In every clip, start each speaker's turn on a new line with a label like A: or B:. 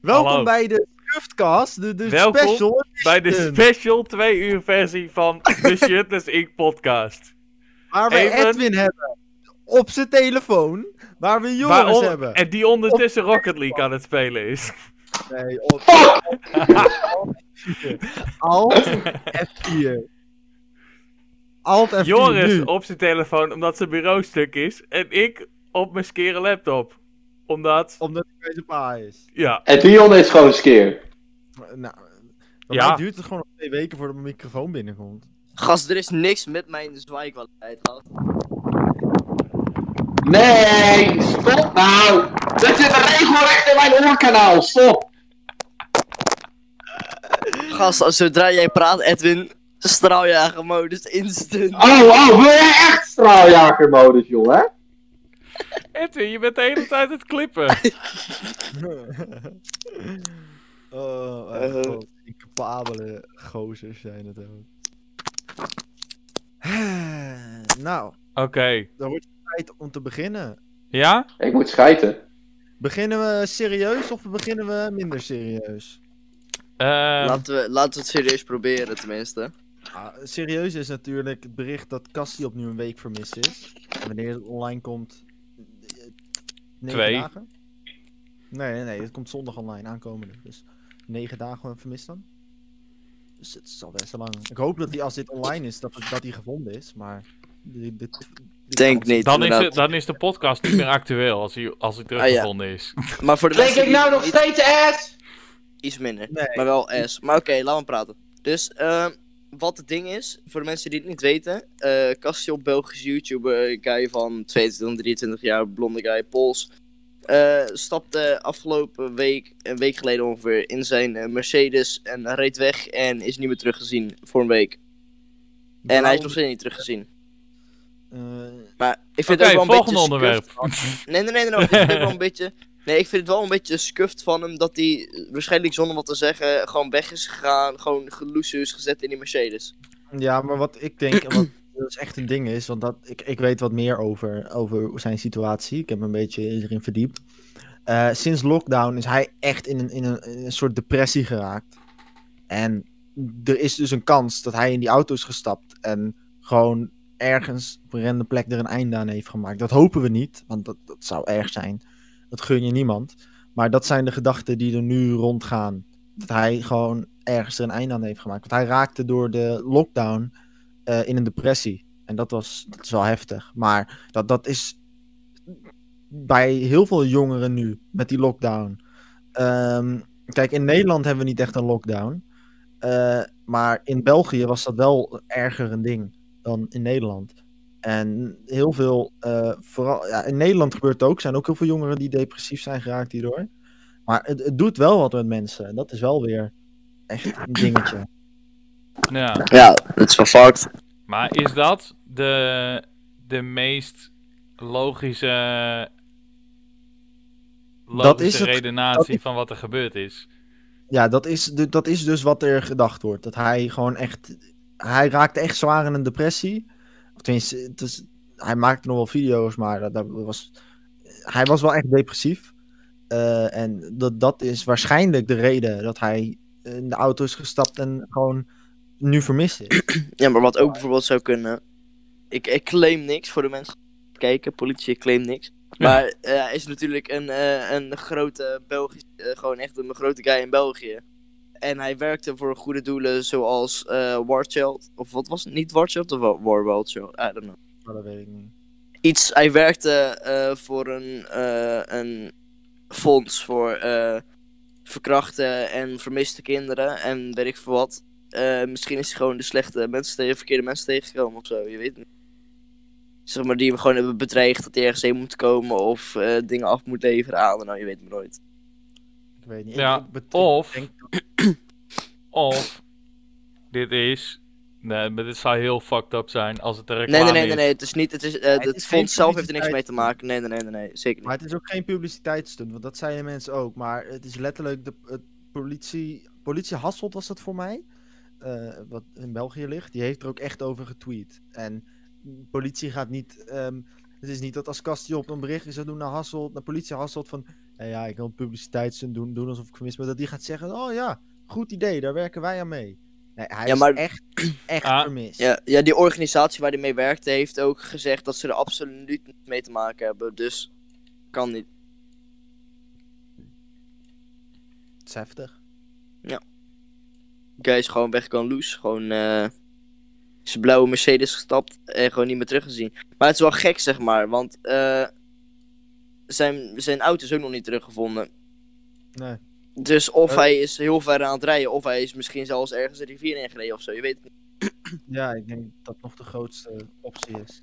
A: Welkom
B: Hallo.
A: bij de Scuffedcast, de, de
B: Welkom
A: special.
B: Bij de special 2 uur versie van de Shitless Inc. podcast.
A: Waar we
B: Even-
A: Edwin hebben op zijn telefoon. Waar we Joris
B: Waarom-
A: hebben.
B: En die ondertussen Rocket League aan het spelen is.
A: Nee, op... Alt F4. Alt F4.
B: Joris
A: nu.
B: op zijn telefoon omdat zijn bureau stuk is. En ik op mijn skere laptop. Omdat,
A: Omdat hij deze pa is.
B: ja,
C: En Dion is gewoon skeer.
A: Nou, bij
B: Ja.
A: mij duurt het gewoon nog twee weken voordat mijn microfoon binnenkomt.
D: Gast, er is niks met mijn zwaaikwaliteit, gast.
C: Nee, stop nou! Dit zit regelrecht in mijn oorkanaal, stop!
D: Gast, als- zodra jij praat, Edwin, straaljagermodus instant.
C: Oh, oh, wil jij echt straaljagermodus, joh, hè?
B: Edwin, je bent de hele tijd het klippen.
A: oh, echt,
D: Eh.
A: wat incapabele gozers zijn het ook. nou,
B: Oké,
A: dan wordt het tijd om te beginnen.
B: ja?
C: Ik moet schijten.
A: Beginnen we serieus of beginnen we minder serieus?
B: Ehm,
D: Laten we, laten we het serieus proberen, tenminste.
A: Ah, serieus is natuurlijk het bericht dat Cassie opnieuw een week vermist is. En wanneer het online komt... eh, negen
B: Twee.
A: Dagen? Nee, nee, nee, het komt zondag online, aankomende. Dus negen dagen vermist dan. Dus het is al best lang. Ik hoop dat die, als dit online is, dat, het- dat die gevonden is, maar... Dit, dit, dit
D: Denk
A: kan-
D: niet.
B: dan, is
D: inderdaad. Ah,
B: het- dan is de podcast niet meer actueel als hij, als hij teruggevonden is.
D: Maar voor de
C: Klink
D: mensen
C: ik
D: die
C: nou nog
D: niet-
C: steeds ass?
D: iets minder.
A: Nee.
D: Maar wel S. Maar oké, laten we praten. Dus, ehm, wat het ding is, voor de mensen die het niet weten. eh Cassio, Belgisch YouTuber, guy van 22, 23 jaar, blonde guy, Pools. eh, stapte afgelopen week, een week geleden ongeveer, in zijn eh, Mercedes en reed weg en is niet meer teruggezien voor een week. En
A: Nou,
D: hij is nog steeds niet teruggezien.
A: Eh,
D: Maar ik vind
B: Oké,
D: het ook wel een
B: volgende
D: beetje
B: onderwerp.
D: scuffed van- Nee, nee, nee, nee, nee, ik vind het ook wel een beetje... Nee, ik vind het wel een beetje scuffed van hem dat hij eh, waarschijnlijk zonder wat te zeggen gewoon weg is gegaan. Gewoon geloesje is gezet in die Mercedes.
A: Ja, maar wat ik denk, en wat dus echt een ding is, want dat, ik, ik weet wat meer over, over zijn situatie. Ik heb me een beetje erin verdiept. Eh, sinds lockdown is hij echt in een, in, een, in een soort depressie geraakt. En er is dus een kans dat hij in die auto is gestapt en gewoon ergens op een random plek er een einde aan heeft gemaakt. Dat hopen we niet, want dat, dat zou erg zijn. Dat gun je niemand. Maar dat zijn de gedachten die er nu rondgaan dat hij gewoon ergens er een einde aan heeft gemaakt. Want hij raakte door de lockdown eh, in een depressie. En dat, was, dat is wel heftig. Maar dat, dat is bij heel veel jongeren nu met die lockdown. Ehm, kijk, in Nederland hebben we niet echt een lockdown. Eh, maar in België was dat wel erger een ding dan in Nederland. En heel veel, eh, vooral ja, in Nederland gebeurt het ook. Er zijn ook heel veel jongeren die depressief zijn geraakt hierdoor. Maar het, het doet wel wat met mensen. En dat is wel weer echt een dingetje.
B: Ja.
D: Ja, dat is wel fucked.
B: Maar is dat de, de meest logische, logische
A: Dat is het-
B: redenatie
A: dat is-
B: van wat er gebeurd is?
A: Ja, dat is, de- dat is dus wat er gedacht wordt. Dat hij gewoon echt... Hij raakte echt zwaar in een depressie. Of tenminste, het is- hij maakte nog wel video's, maar dat, dat was, hij was wel echt depressief. Eh, en dat, dat is waarschijnlijk de reden dat hij in de auto is gestapt en gewoon nu vermist is.
D: Ja, maar wat ook bijvoorbeeld zou kunnen... Ik, ik claim niks voor de mensen die kijken. Politie, ik claim niks. Maar eh, hij is natuurlijk een, eh, een grote Belgisch... eh, gewoon echt een grote guy in België. En hij werkte voor goede doelen zoals eh War Child. Of wat was het? Niet War Child of wel War World Child? I don't know.
A: Maar dat weet ik niet.
D: iets. Hij werkte eh, voor een, eh, een fonds voor eh verkrachte en vermiste kinderen en weet ik veel wat. Eh, misschien is hij gewoon de slechte mensen, tegen- verkeerde mensen tegengekomen of zo, je weet het niet. Zeg maar, die hem gewoon hebben bedreigd dat hij ergens heen moet komen of eh, dingen af moet leveren aan. Nou, je weet het maar nooit.
A: Ik weet niet.
B: Ja,
A: Ik- ik bet- ik
B: of-
A: denk-
B: Of dit is. Nee, maar dit zou heel fucked up zijn als het een
D: Nee,
B: reclame
D: nee, nee, nee,
B: is.
D: nee, het is niet, het is, eh,
A: het
D: het
A: is geen
D: fonds zelf heeft er niks mee
A: publiciteit.
D: te maken. Nee, nee, nee, nee, nee, zeker niet.
A: Maar het is ook geen publiciteitsstunt, want dat zeiden mensen ook. Maar het is letterlijk de het politie. Politie Hasselt was dat voor mij. eh, wat in België ligt. Die heeft er ook echt over getweet. En politie gaat niet ehm, Het is niet dat als Castio op een berichtje zou doen naar Hasselt, naar politie Hasselt van... "Hé, ja, ik wil publiciteit doen, doen alsof ik vermist ben. Dat die gaat zeggen, oh ja, goed idee, daar werken wij aan mee. Nee, hij
D: Ja,
A: is
D: maar-
A: echt, echt
B: Ah,
A: vermist.
D: Ja, ja, die organisatie waar hij mee werkte heeft ook gezegd dat ze er absoluut niets mee te maken hebben. Dus kan niet.
A: Het is heftig.
D: Guy is gewoon weg kan loose. Gewoon eh zijn blauwe Mercedes gestapt en gewoon niet meer teruggezien. Maar het is wel gek, zeg maar, want eh, zijn, zijn auto is ook nog niet teruggevonden.
A: Nee.
D: Dus of
A: Eh.
D: hij is heel ver aan het rijden, of hij is misschien zelfs ergens een rivier ingereden of zo. Je weet het niet.
A: Ja, ik denk dat nog de grootste optie is.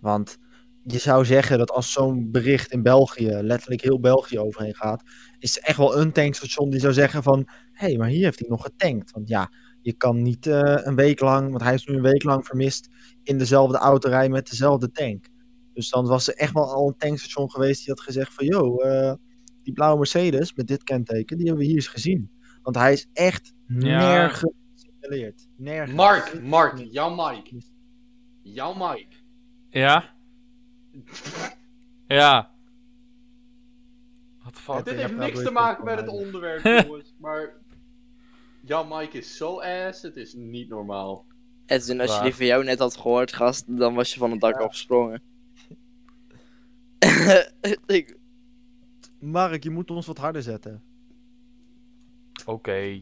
A: Want je zou zeggen dat als zo'n bericht in België, letterlijk heel België overheen gaat, is er echt wel een tankstation die zou zeggen van, hé, hey, maar hier heeft hij nog getankt. Want ja, je kan niet eh, een week lang, want hij is nu een week lang vermist, in dezelfde auto rijden met dezelfde tank. Dus dan was er echt wel al een tankstation geweest die had gezegd van, yo, eh, die blauwe Mercedes met dit kenteken, die hebben we hier eens gezien. Want hij is echt
B: Ja.
A: nergens gesignaleerd. Nergens.
C: Mark, Mark, jouw Mike. Jouw Mike.
B: Ja? Ja. What the
A: Ja,
B: fuck?
A: jij
C: dit heeft
A: praat
C: niks
A: door
C: te
A: je
C: maken met
A: telefoon,
C: het
A: Heidi.
C: onderwerp, jongens. Maar jouw Mike is zo ass, het is niet normaal.
D: Edwin, als je
B: Waar.
D: die van jou net had gehoord, gast, dan was je van het dak afgesprongen. Ik-
A: Mark, je moet ons wat harder zetten.
B: Oké.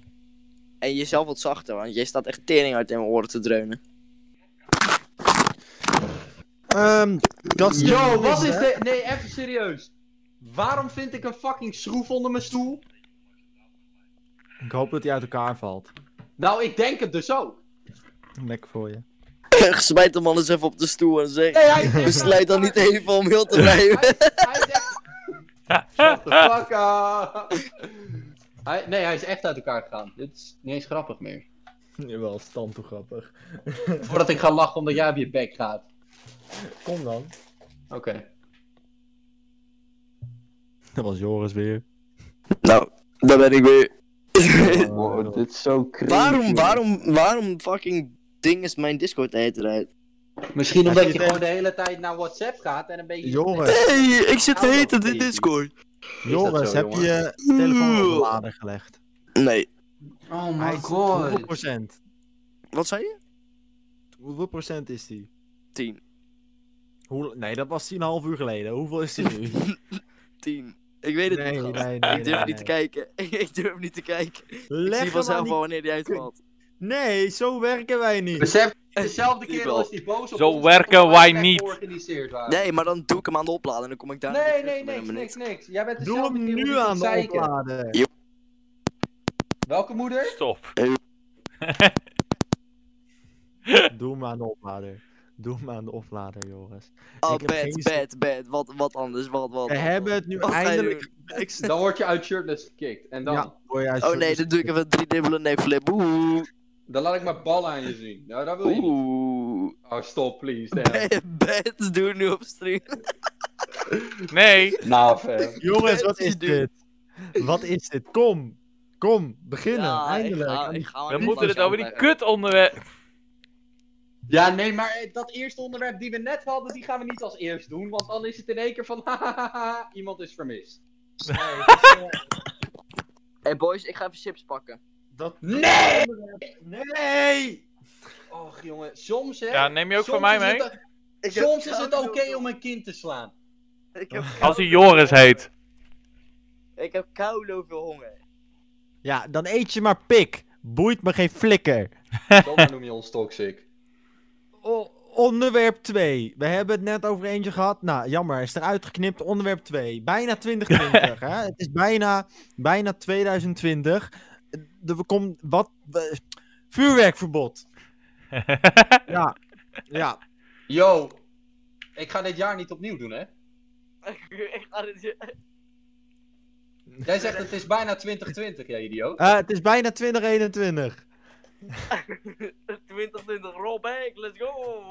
D: en jezelf wat zachter, want jij staat echt tering uit in mijn oren te dreunen.
A: Ehm dat is
C: Yo, wat is dit? Nee, even serieus. Waarom vind ik een fucking schroef onder mijn stoel?
A: Ik hoop dat hij uit elkaar valt.
C: Nou, ik denk het dus ook.
A: Lekker voor je.
D: Smijt de man eens even op de stoel en zeg.
C: Nee, hij heeft
D: Besluit dan niet even om heel te blijven.
C: Hij, hij is echt... Shut the fuck up. Hij, nee, hij is echt uit elkaar gegaan. Dit is niet eens grappig meer.
A: Jawel, stand toe grappig.
C: Voordat ik ga lachen omdat jij op je bek gaat.
A: Kom dan.
C: Oké.
A: Dat was Joris weer.
D: Nou, daar ben ik weer.
C: dit is zo crazy.
D: waarom, waarom, waarom fucking ding is mijn Discord tijd eruit?
C: Misschien
A: Hij
C: omdat je
A: zit
C: gewoon
A: echt-
C: de hele tijd naar WhatsApp gaat en een beetje...
A: Joris,
D: hey, ik zit
C: de hele tijd in
D: Discord.
A: Joris,
C: zo,
A: heb
C: jongen?
A: je je telefoon op de lader gelegd?
D: Nee.
C: Oh
A: Hij
C: my
A: is-
C: god.
A: Hoeveel procent?
D: Wat zei je?
A: Hoeveel procent is die?
D: 10.
A: Hoe... Nee, dat was 10,5 uur geleden. Hoeveel is die nu?
D: 10. Ik weet het niet.
A: nee,
D: gast.
A: nee, nee.
D: ik durf niet te kijken. ik durf niet te kijken. ik zie
A: Leg hem aan
D: vanzelf
A: die...
D: wel wanneer die uitvalt.
A: Nee, zo werken wij niet.
C: Besef, dezelfde
D: Die
C: keer
D: wel.
C: als die boos op
B: Zo
C: ons is,
B: werken
C: omdat
B: wij
C: weg
B: niet.
C: georganiseerd waren.
D: Nee, maar dan doe ik hem aan de opladen en dan kom ik daar
C: Nee, nee,
D: weer terug met
C: niks,
D: een
C: niks,
D: minuut.
C: niks. Jij bent
A: Doe
C: dezelfde
A: hem
C: keer
A: nu
C: moeder
A: aan de
C: zeiken.
A: oplader.
C: Welke moeder?
B: Stop.
A: Doe hem aan de oplader. Doe hem aan de oplader, Joris.
D: Oh,
A: Ik heb geen
D: bed,
A: zin.
D: bed, bed. Wat, wat anders, wat, wat.
A: We
D: wat,
A: hebben
D: wat.
A: het nu
D: Wat ga je
A: eindelijk... Ik zit-
C: Dan word je uit shirtless gekikt. En dan,
A: Ja, word jij
D: Oh nee, dan doe ik even drie dubbele nekflip. Oeh.
C: dan laat ik mijn ballen aan je zien. Nou, dat wil je niet.
D: Oeh.
C: Oh, stop, please. damn.
D: Bed, bed, doe nu op stream.
B: Nee.
C: Nou, fam.
A: Jongens, wat
D: Dit is
A: is dit? Wat is dit? Kom! Kom, beginnen,
D: Ja, ik
A: eindelijk.
D: ga-
A: Aan
D: ik
A: die-
D: ga maar
B: We
D: niet
B: moeten het
D: langzaam
B: over die
D: leggen.
B: kut onderwerp...
C: Ja, nee, maar eh, dat eerste onderwerp die we net hadden, die gaan we niet als eerst doen. Want dan is het in één keer van, hahaha, iemand is vermist.
D: Hey boys, ik ga even chips pakken.
A: dat...
C: Nee!
A: Nee!
C: Och, jongen, soms hè.
B: Ja, neem je ook
C: soms
B: van mij
C: is
B: mee?
C: het o- soms is het oké om een kind te slaan.
D: Ik heb
B: Als hij Joris heet.
D: Ik heb koulo veel honger.
A: Ja, dan eet je maar pik. Boeit me geen flikker.
C: Zomaar noem je ons toxic.
A: O- onderwerp 2. We hebben het net over eentje gehad. Nou, jammer, is eruit geknipt. Onderwerp 2. Bijna 2020, hè? Het is bijna, bijna 2020. Er komt... Wat? we- Vuurwerkverbod. Ja. Ja,
C: Yo, ik ga dit jaar niet opnieuw doen, hè?
D: Ik ga dit-
C: Jij zegt het is bijna 2020, jij idioot.
A: Eh, het is bijna 2021.
D: 2020 Rob Heck, let's go!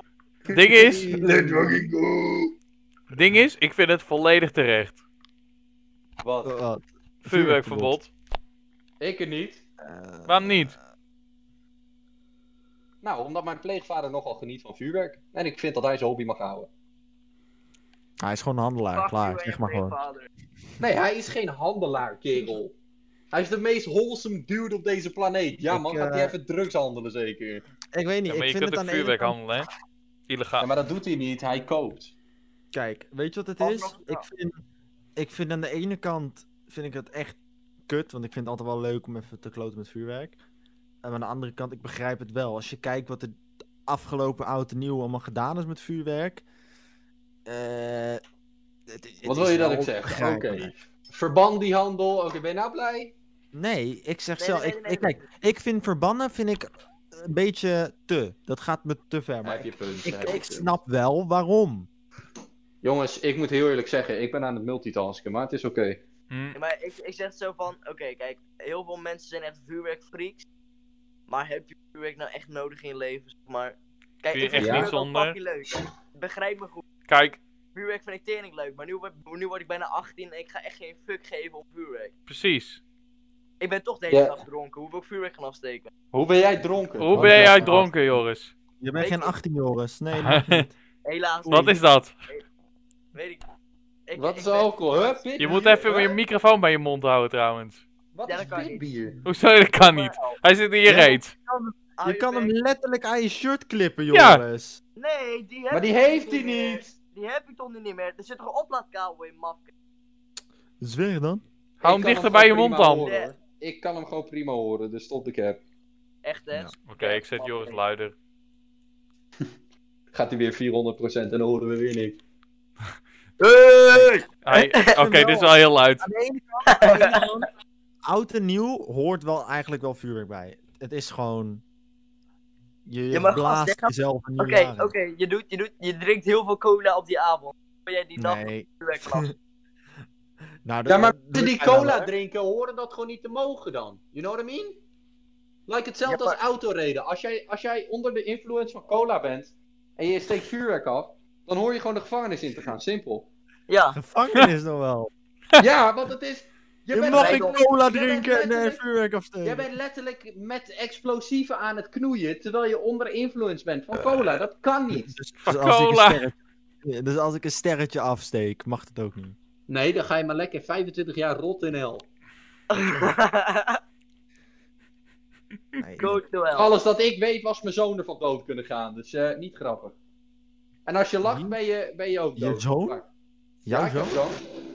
B: Ding is,
C: Let's fucking go!
B: ding is, ik vind het volledig terecht.
C: Wat?
A: Wat?
B: Vuurwerkverbod.
C: Ik er niet.
B: Waarom niet?
C: Nou, omdat mijn pleegvader nogal geniet van vuurwerk. En ik vind dat hij zijn hobby mag houden.
A: Hij is gewoon een handelaar,
D: Fuck
A: klaar.
D: you
A: Zeg
D: and
A: maar
D: your
A: gewoon.
D: father.
C: Nee, hij is geen handelaar, kerel. Hij is de meest wholesome dude op deze planeet. Ja,
A: Ik,
C: man, gaat
A: eh,
C: hij even drugs handelen, zeker?
A: Ik weet niet,
B: Ja, maar
A: ik vind
B: je kunt
A: het
B: ook
A: aan de ene
B: vuurwerk
A: kant...
B: handelen, hè?
C: Ja,
B: Illegaal.
C: maar dat doet hij niet, hij koopt.
A: Kijk, weet je wat het
D: Wat
A: is?
D: nog?
A: Ik vind, ik vind aan de ene kant vind ik het echt kut, want ik vind het altijd wel leuk om even te kloten met vuurwerk. En aan de andere kant, ik begrijp het wel. Als je kijkt wat er de afgelopen oud en nieuw allemaal gedaan is met vuurwerk. eh, het- het
C: Wat
A: is
C: wil je dat
A: wel
C: ik zeg? Oké.
A: begrijpelijk.
C: Verban die handel. Oké, ben je nou blij?
A: Nee, ik zeg
D: Nee,
A: zelf.
D: nee,
A: ik,
D: nee,
A: ik-
D: nee.
A: Kijk, ik vind verbannen vind ik een beetje te. Dat gaat me te ver. Maar
C: heb je punt.
A: ik,
C: heb je
A: ik
C: punt.
A: snap wel waarom.
C: Jongens, ik moet heel eerlijk zeggen, ik ben aan het multitasken, maar het is oké.
B: Hm.
D: Nee, maar ik, ik zeg zo van, oké, kijk, heel veel mensen zijn echt vuurwerkfreaks. Maar heb je vuurwerk nou echt nodig in je leven, zeg maar? Kijk,
B: Kun je
D: ik vind
C: echt
D: vuurwerk
B: niet
D: wel
B: zonder?
D: fucking leuk. Begrijp me goed.
B: Kijk,
D: Vuurwerk vind ik tering leuk, maar nu, word- nu word ik bijna 18 en ik ga echt geen fuck geven om vuurwerk.
B: precies.
D: Ik ben toch de hele
C: Ja.
D: dag dronken, hoe wil ik vuurwerk gaan afsteken?
C: Hoe ben jij dronken?
B: Hoe ben jij dronken, Joris?
A: Je bent
D: Weet
A: geen
D: ik.
A: 18, Joris. Nee, dat niet.
D: Helaas.
B: Wat
D: niet.
B: is dat?
D: Weet ik. ik
C: Wat
D: ik
C: is
D: ben-
C: alcohol? Huh, pit
B: Je moet
C: bier?
B: even je
C: Huh?
B: microfoon bij je mond houden, trouwens.
C: Wat
D: Ja,
C: is
D: dat kan
C: dit
D: niet.
C: bier?
B: Hoezo? Dat kan niet. Hij zit hier
A: Ja.
B: reeds.
D: Hou
A: Je kan hem
D: bek.
A: letterlijk aan je shirt klippen,
B: Ja.
A: Joris.
D: Nee, die heb
C: Maar die
D: ik
C: heeft
D: toch
C: hij
D: meer.
C: niet!
D: Die heb ik toch nu niet meer. Er zit toch een oplaadkabel in, mafke.
A: Zweer dan.
B: Hou
C: Ik
B: hem
C: kan
B: dichter bij je
C: gewoon
B: mond
C: prima
B: dan.
C: horen, hoor. Ik kan hem gewoon prima horen, dus stop de cap.
D: Echt, hè?
A: Ja.
B: Oké, ik zet Joris luider.
C: Gaat hij weer 400% en dan horen we weer niks.
B: Hij- Oké, dit is wel heel luid.
A: Aan de ene kant, aan de ene kant, Oud en nieuw hoort wel eigenlijk wel vuurwerk bij. Het is gewoon. Je
D: Ja, maar gast,
A: blaast
D: jij gaat-
A: jezelf een nieuw
D: Oké,
A: jaar in.
D: oké, je, doet, je, doet, je drinkt heel veel cola op die avond. Ben jij die dag
A: Nee.
D: vuurwerk vanaf?
A: Nou, dat-
C: Ja, maar
A: dat-
C: mensen die
A: dat-
C: cola drinken horen dat gewoon niet te mogen dan. You know what I mean? Like hetzelfde
D: Ja, maar-
C: als autoreden. Als jij, als jij onder de influence van cola bent en je steekt vuurwerk af, dan hoor je gewoon de gevangenis in te gaan. Simpel.
D: Ja,
A: Gevangenis nog wel.
C: ja, want het is.
A: Je,
C: bent
A: mag geen
D: letterlijk-
A: cola
C: je bent
A: drinken en eh,
C: letterlijk-
A: vuurwerk
C: Jij
A: afsteken.
C: bent letterlijk met explosieven aan het knoeien terwijl je onder influence bent van cola. Dat kan niet.
A: Dus, dus
B: Fuck
A: als ik een
B: cola.
A: sterretje- Ja, dus als ik een sterretje afsteek, mag dat ook niet.
C: Nee, dan ga je maar lekker 25 jaar rot in hel.
A: Nee.
D: go to hell.
C: Alles dat ik weet was mijn zoon ervan dood kunnen gaan, dus eh, niet grappig. En als je lacht,
A: Wie?
C: ben je, ben je ook
A: Je
C: dood.
A: zoon?
C: Maar- Ja,
A: Jouw
C: ik heb
A: zoon?
C: zoon. Wist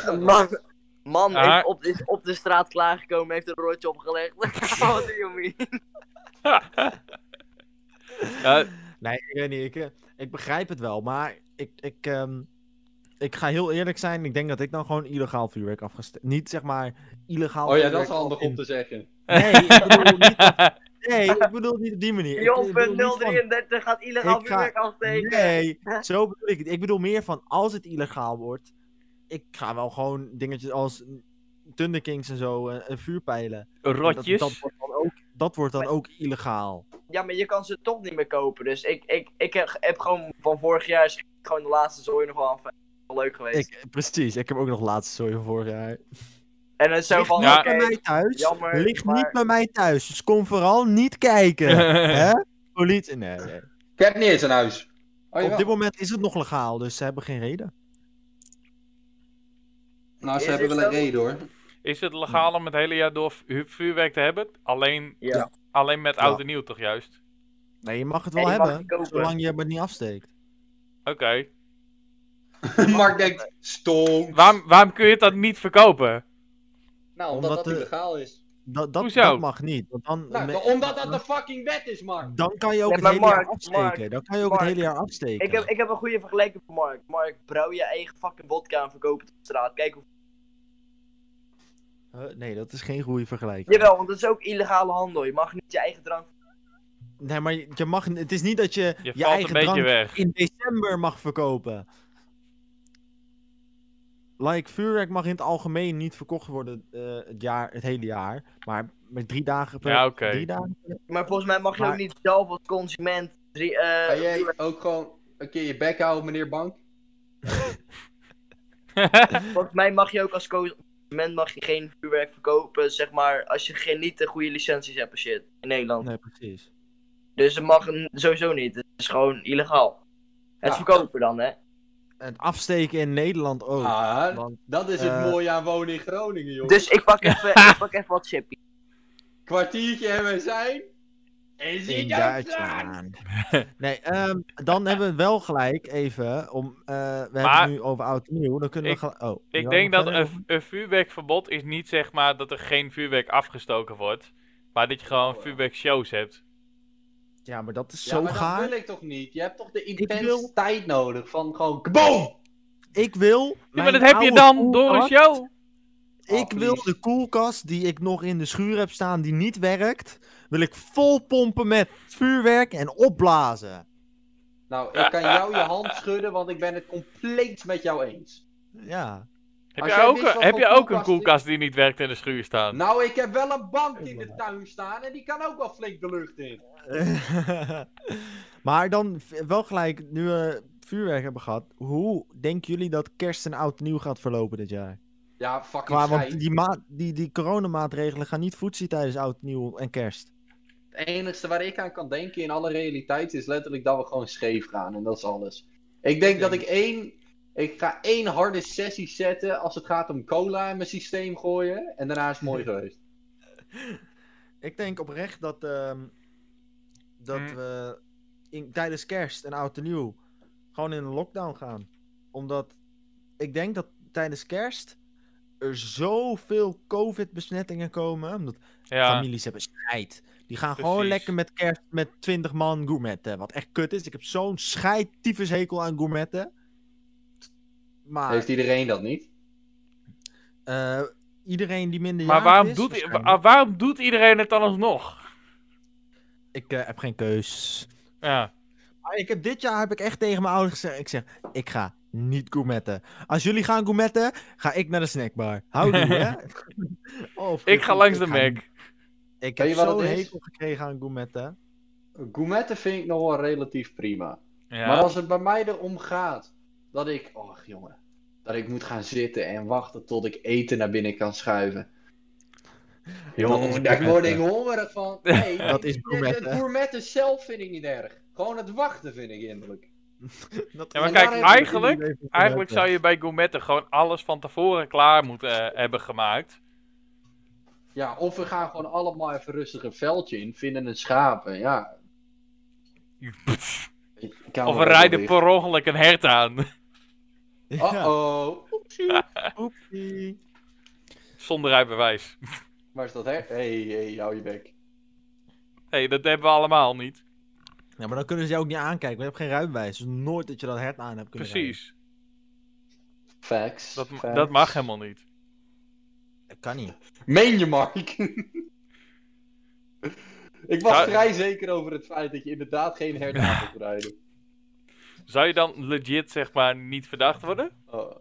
C: je dat
D: Man,
C: niet?
D: man, man
B: Ja.
D: heeft op, is op de straat klaargekomen, heeft een rotje opgelegd. Oh, Wat doe je, mee?
B: Ja,
A: Nee, ik weet niet. Ik, eh, ik begrijp het wel, maar ik, ik, ehm, ik ga heel eerlijk zijn. Ik denk dat ik dan gewoon illegaal vuurwerk afgesteekt. Niet zeg maar illegaal.
C: Oh ja, dat
A: vuurwerk
C: is handig
A: af-
C: om te zeggen.
A: Nee, ik bedoel niet. Nee, ik bedoel niet op die manier. Ik bedoel
D: Jon van
A: niet van-
D: 033 gaat illegaal
A: Ik ga-
D: vuurwerk afsteken.
A: Nee, zo bedoel ik het. Ik bedoel meer van als het illegaal wordt. Ik ga wel gewoon dingetjes als Thunder Kings en zo eh, eh, vuurpijlen. Dat-
B: Rotjes.
A: Dat, wordt dan ook, dat wordt dan ook illegaal.
D: Ja, maar je kan ze toch niet meer kopen, dus ik, ik, ik heb, heb gewoon van vorig jaar is gewoon de laatste zooi nog wel aan vijf. leuk geweest.
A: Ik, precies, ik heb ook nog laatste sorry van vorig jaar.
D: en dan zo
A: Ligt
D: van,
A: niet
D: oké,
A: bij mij thuis.
D: jammer,
A: Ligt
D: maar-
A: niet bij mij thuis. Dus kom vooral niet kijken. Hè? Politie. Nee, nee.
C: Ik heb niet eens een huis. Oh,
A: Op
C: jawel.
A: dit moment is het nog legaal, dus ze hebben geen reden.
C: Nou, ze
D: Is
C: hebben
D: dit
C: wel een
D: zo?
C: reden hoor.
B: Is het legaal om het hele jaar door vu- vuurwerk te hebben? Alleen,
D: Ja.
B: alleen met
A: Ja.
B: oud en nieuw toch juist?
A: Nee, je mag het
D: Nee,
A: wel
D: je mag
A: hebben,
D: het kopen.
A: zolang je het niet afsteekt.
B: Oké.
C: Mark denkt, stom.
B: Waarom, waarom kun je dat niet verkopen?
C: Nou,
A: Omdat
C: omdat dat
A: de-
C: illegaal is.
A: Dat, dat,
B: Hoezo?
A: dat mag niet. Want dan,
C: Nou,
A: me-
C: omdat dat de fucking wet is, Mark.
A: dan kan je ook
D: Nee,
A: het
D: maar
A: hele jaar
D: Mark,
A: afsteken.
D: Mark,
A: dan kan je ook
D: Mark.
A: het hele jaar afsteken.
D: Ik heb, ik heb een goede vergelijking voor Mark. Mark, brouw je eigen fucking vodka en verkoop het op straat. Kijk hoe...
A: Huh? Eh, nee, dat is geen goede vergelijking.
D: Jawel, want dat is ook illegale handel. Je mag niet je eigen drank...
A: Nee, maar je je mag, het is niet dat je je,
B: Je valt een
A: eigen
B: beetje
A: drank
B: weg.
A: in december mag verkopen. Like, vuurwerk mag in het algemeen niet verkocht worden eh, het, jaar, het hele jaar. Maar met drie dagen per...
B: Ja, oké.
A: Drie dagen
D: Maar volgens mij mag je
A: Maar-
D: ook niet zelf als consument... Drie, eh,
C: Ga jij ook gewoon een keer je bek houden, meneer Bank?
D: Volgens mij mag je ook als consument mag je geen vuurwerk verkopen, zeg maar, als je geen, niet de goede licenties hebt en shit in Nederland.
A: Nee, precies.
D: Dus het mag een- sowieso niet. Het is gewoon illegaal. Het
C: Ja.
D: verkopen dan, hè.
A: het afsteken in Nederland ook.
C: Ah,
A: Want
C: dat is het
A: Oh. Eh.
C: mooie aan wonen in Groningen, joh.
D: Dus ik pak even, ik pak even wat chippy.
C: Kwartiertje en we zijn. En zie
A: in
C: Duitsland!
A: Duitsland. nee, ehm, dan hebben we wel gelijk even om. eh, we hebben
B: Maar-
A: het nu over oud en nieuw. Dan kunnen
B: Ik-
A: we. gel- Oh,
B: Ik
A: ja,
B: denk
A: nog
B: dat
A: verder?
B: een, een vuurwerkverbod is niet zeg maar dat er geen vuurwerk afgestoken wordt. Maar dat je gewoon vuurwerkshows hebt.
A: Ja, maar dat is
C: Ja,
A: zo
C: maar
A: gaar.
C: dat wil ik toch niet? Je hebt toch de intense
A: wil-
C: tijd nodig van gewoon KBOOM!
A: Ik wil.
B: Ja, maar
A: mijn
B: dat heb je
A: oude
B: dan door een
A: koelkast-
B: show.
C: Oh,
A: Ik wil
C: please.
A: de koelkast die ik nog in de schuur heb staan, die niet werkt, wil ik vol pompen met vuurwerk en opblazen.
C: Nou, ik kan jou je hand schudden, want ik ben het compleet met jou eens.
A: Ja.
B: Heb
C: Als
B: jij
C: jij
B: ook,
C: wist
B: een-
C: wat
B: heb
C: voor
B: je ook een
C: koelkast is-
B: koelkast die niet werkt in de schuur staan?
C: Nou, ik heb wel een bank in de tuin staan en die kan ook wel flink de lucht in.
A: maar dan v- wel gelijk, nu we vuurwerk hebben gehad, hoe denken jullie dat kerst en oud en nieuw gaat verlopen dit jaar?
C: Ja, fucking
A: Qua,
C: schijt.
A: want die, ma- die, die coronamaatregelen gaan niet voetsie tijdens oud en nieuw en kerst.
C: Het enige waar ik aan kan denken in alle realiteit is letterlijk dat we gewoon scheef gaan en dat is alles. Ik denk dat ik één, ik ga één harde sessie zetten als het gaat om cola in mijn systeem gooien en daarna is het mooi geweest.
A: Ik denk oprecht dat, ehm, dat
B: Hmm.
A: we in, tijdens kerst en oud en nieuw gewoon in een lockdown gaan. Omdat ik denk dat tijdens kerst er zoveel covid-besmettingen komen. Omdat
B: ja.
A: families hebben scheid. Die gaan gewoon
B: Precies.
A: lekker met kerst met 20 man gourmetten. Wat echt kut is. Ik heb zo'n scheid tyfushekel aan gourmetten. Maar
C: Heeft iedereen dat niet?
A: eh, iedereen die minder
B: Maar waarom doet, i- wa- waarom doet iedereen het dan alsnog?
A: Ik eh, heb geen keus.
B: Ja.
A: Maar Ah, ik heb dit jaar heb ik echt tegen mijn ouders gezegd. Ik zeg, ik ga niet gourmetten. Als jullie gaan gourmetten, ga ik naar de snackbar. Houdoe, hè? Oh,
B: Ik ga
A: vriend,
B: langs de
A: ga niet.
B: Mac.
A: Ik
C: Weet
A: heb
C: je wat
A: zo'n
C: het is?
A: hekel gekregen aan gourmetten.
C: Gourmetten vind ik nog wel relatief prima. Maar
B: Ja.
C: als het bij mij erom gaat dat ik, och jongen, dat ik moet gaan zitten en wachten tot ik eten naar binnen kan schuiven.
A: Dat is
C: Jongen, daar word ik
A: gourmetten.
C: hongerig van. Nee,
A: Dat is
C: het-
A: gourmetten.
C: Het gourmetten zelf vind ik niet erg. Gewoon het wachten vind ik hinderlijk.
A: Dat
B: Ja,
C: maar
A: is-
C: kijk,
A: dat is-
B: eigenlijk- Eigenlijk zou je bij gourmetten gewoon alles van tevoren klaar moeten eh, hebben gemaakt.
C: Ja, of we gaan gewoon allemaal even rustig een veldje in, vinden een schapen, ja. Ik kan
B: Of we
C: wel
B: rijden
C: overwegen.
B: per ongeluk een hert aan.
A: Ja,
C: Uh-oh.
A: oepsie.
B: Zonder rijbewijs.
C: Waar is dat her? Hé, hey, hey, hou je bek.
B: Hé, dat hebben we allemaal niet.
A: Ja, maar dan kunnen ze jou ook niet aankijken. We hebben geen rijbewijs. Dus nooit dat je dat hert aan hebt kunnen rijden.
B: Precies.
C: Facts.
B: Dat, ma-
C: facts.
B: dat mag helemaal niet.
A: Dat kan niet.
C: Meen je, Mark? ik was
B: Ja.
C: vrij zeker over het feit dat je inderdaad geen hert aan moet rijden.
B: Zou je dan legit, zeg maar, niet verdacht worden?
C: Oh.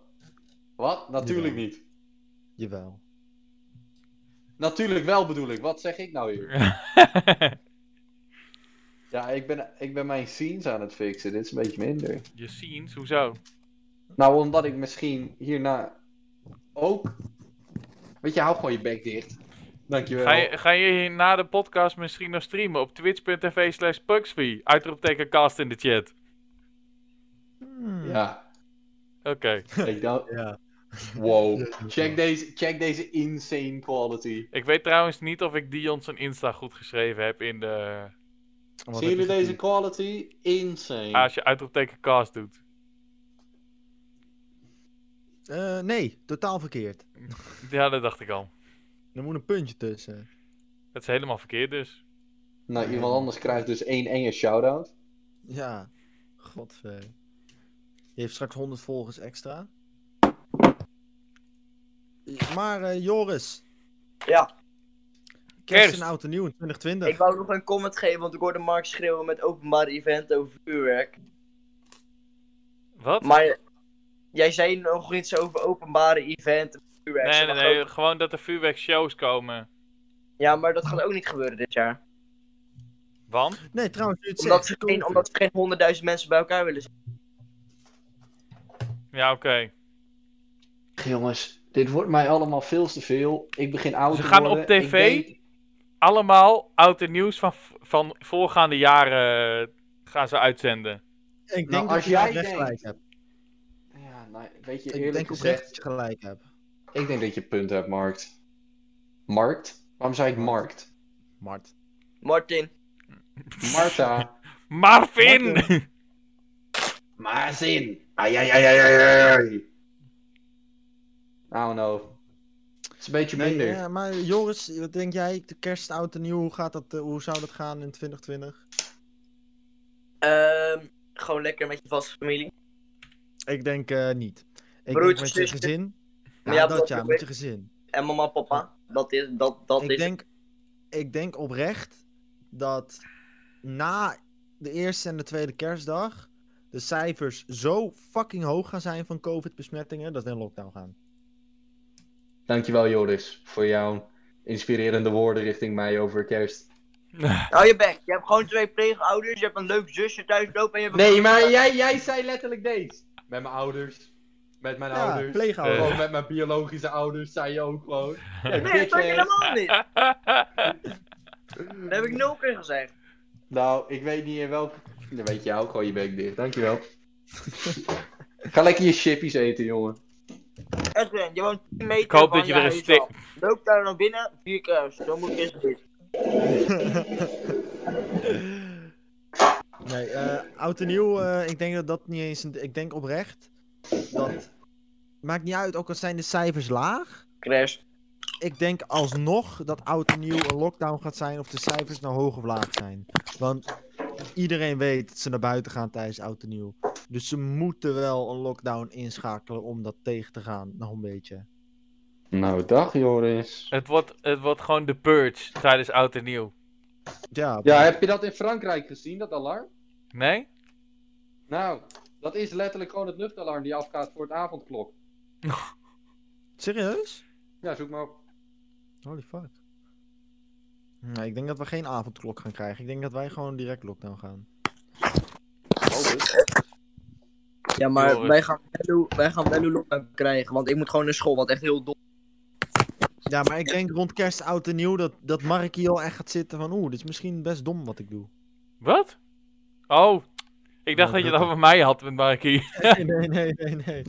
C: Wat? Natuurlijk niet.
A: Jawel.
C: Natuurlijk wel bedoel ik. Wat zeg ik nou hier? Ja, ik ben, ik ben mijn scenes aan het fixen. Dit is een beetje minder.
B: Je ziens, hoezo?
C: Nou, omdat ik misschien hierna ook. Weet je, hou gewoon je bek dicht. Dankjewel.
B: Ga je, ga je hier na de podcast misschien nog streamen op twitch.tv slash puxvy? Uitroepteken cast in de chat.
A: Hmm.
C: Ja,
B: Oké.
C: ik dacht.
A: Ja.
C: Wow. Check deze, check deze insane quality.
B: Ik weet trouwens niet of ik Dion zijn Insta goed geschreven heb in de...
A: Wat
C: Zien
A: heb
C: jullie
A: je
C: deze
A: gezien?
C: quality? Insane.
B: Ah, Als je uitroepteken cast doet.
A: Eh, nee, totaal verkeerd.
B: Ja, dat dacht ik al.
A: Er moet een puntje tussen.
B: Dat is helemaal verkeerd dus.
C: Nou, iemand anders krijgt dus één enge shout-out.
A: Ja. Godver. Je heeft straks 100 volgers extra. Maar eh, Joris,
D: Ja,
A: kerst,
B: Kerst.
A: en oud en nieuw in
D: ik
A: 2020.
D: wou nog een comment geven, want ik hoorde Mark schreeuwen met openbaar event over vuurwerk.
B: Wat?
D: Maar jij zei nog iets over openbare eventen, vuurwerk.
B: Nee,
D: Dat
B: nee,
D: mag
B: nee.
D: ook-
B: Gewoon dat er vuurwerkshows komen.
D: Ja, maar dat gaat ook niet gebeuren dit jaar.
B: Want?
A: Nee, trouwens, nu het
D: Omdat ze
A: zegt,
D: geen,
A: COVID.
D: omdat ze geen honderdduizend mensen bij elkaar willen zijn.
B: Ja, oké.
C: Jongens, dit wordt mij allemaal veel te veel. Ik begin oud
B: Ze
C: te
B: gaan
C: worden.
B: op
C: Ik
B: tv.
C: denk-
B: Allemaal oud en nieuws van, v- van voorgaande jaren gaan ze uitzenden.
A: Ik denk
C: Nou,
A: dat
C: als
A: je daar
C: jij
A: recht
C: denkt-
A: gelijk hebt.
C: nou, weet je,
A: Ik
C: eerlijk
A: denk oprecht
C: gezegd,
A: dat je gelijk hebt.
C: ik denk dat je punt hebt, Markt. Markt? Waarom zei ik Markt?
A: Mart.
D: Martin.
C: Marta.
B: Marvin!
A: eh,
C: maar zin. Ai, ai, ai, ai, ai, ai. I don't know. Het is een beetje
A: Nee,
C: minder.
A: ja, maar eh, Joris, wat denk jij? De kerst, oud en nieuw, hoe, gaat dat, eh, hoe zou dat gaan in 2020?
D: Ehm, gewoon lekker met je vaste familie.
A: Ik denk eh, niet. Ik
D: Broertjes,
A: denk met je
D: zusjes.
A: gezin. Ja,
D: Maar ja,
A: dat
D: dat
A: ja,
D: is
A: met
D: weg.
A: je gezin.
D: En mama, papa. Dat is, dat, dat
A: Ik
D: is
A: denk, ik denk oprecht dat na de eerste en de tweede kerstdag de cijfers zo fucking hoog gaan zijn van COVID-besmettingen dat we in lockdown gaan.
C: Dankjewel, Joris, voor jouw inspirerende woorden richting mij over kerst.
D: Nou, je bek. Je hebt gewoon twee pleegouders, je hebt een leuk zusje thuis lopen en je hebt...
C: Nee, maar jij, jij zei letterlijk deze. Met mijn ouders. Met mijn
A: Ja,
C: ouders.
A: pleegouders.
C: Gewoon met mijn biologische ouders, zei je ook gewoon. Ja, eh,
D: Nee, dat kan je
C: dickhead.
D: helemaal niet. Dat heb ik nul keer gezegd.
C: Nou, ik weet niet in welk. Dan weet je ook gewoon je bek dicht. Dankjewel. Ga lekker je chippies eten, jongen.
D: Edwin, je woont 10 meter
B: Ik hoop
D: van
B: dat je
D: je
B: er een
D: huis
B: stik-
D: af. Loop daar naar binnen, vier keer. Zo moet je eerst doen.
A: Nee, eh, oud en nieuw, eh, ik denk dat dat niet eens... een- ik denk oprecht dat... Maakt niet uit, ook al zijn de cijfers laag.
D: Crash.
A: Ik denk alsnog dat oud en nieuw een lockdown gaat zijn of de cijfers nou hoog of laag zijn. Want iedereen weet dat ze naar buiten gaan tijdens oud en nieuw. Dus ze moeten wel een lockdown inschakelen om dat tegen te gaan, nog een beetje.
C: Nou, dag Joris.
B: het, wordt, het wordt gewoon de purge tijdens oud en nieuw.
A: Ja,
C: Ja, heb je dat in Frankrijk gezien, dat alarm?
B: Nee?
C: Nou, dat is letterlijk gewoon het luchtalarm die afgaat voor het avondklok.
A: serieus?
C: Ja, zoek maar op.
A: Holy fuck. Nee, ik denk dat we geen avondklok gaan krijgen. Ik denk dat wij gewoon direct lockdown gaan.
C: Oh, dus.
D: Ja,
B: maar Joris. wij
D: gaan wel, wij gaan wel lockdown krijgen, want ik moet gewoon naar school, wat echt heel dom.
A: Ja, maar ik denk rond kerst, oud en nieuw dat, dat Mark hier al echt gaat zitten van... Oeh, dit is misschien best dom wat ik doe.
B: Wat? Oh,
A: Mark
B: ik dacht dat je
A: Rutte.
B: dat over mij had met Markie.
A: Nee, nee, nee, nee. nee.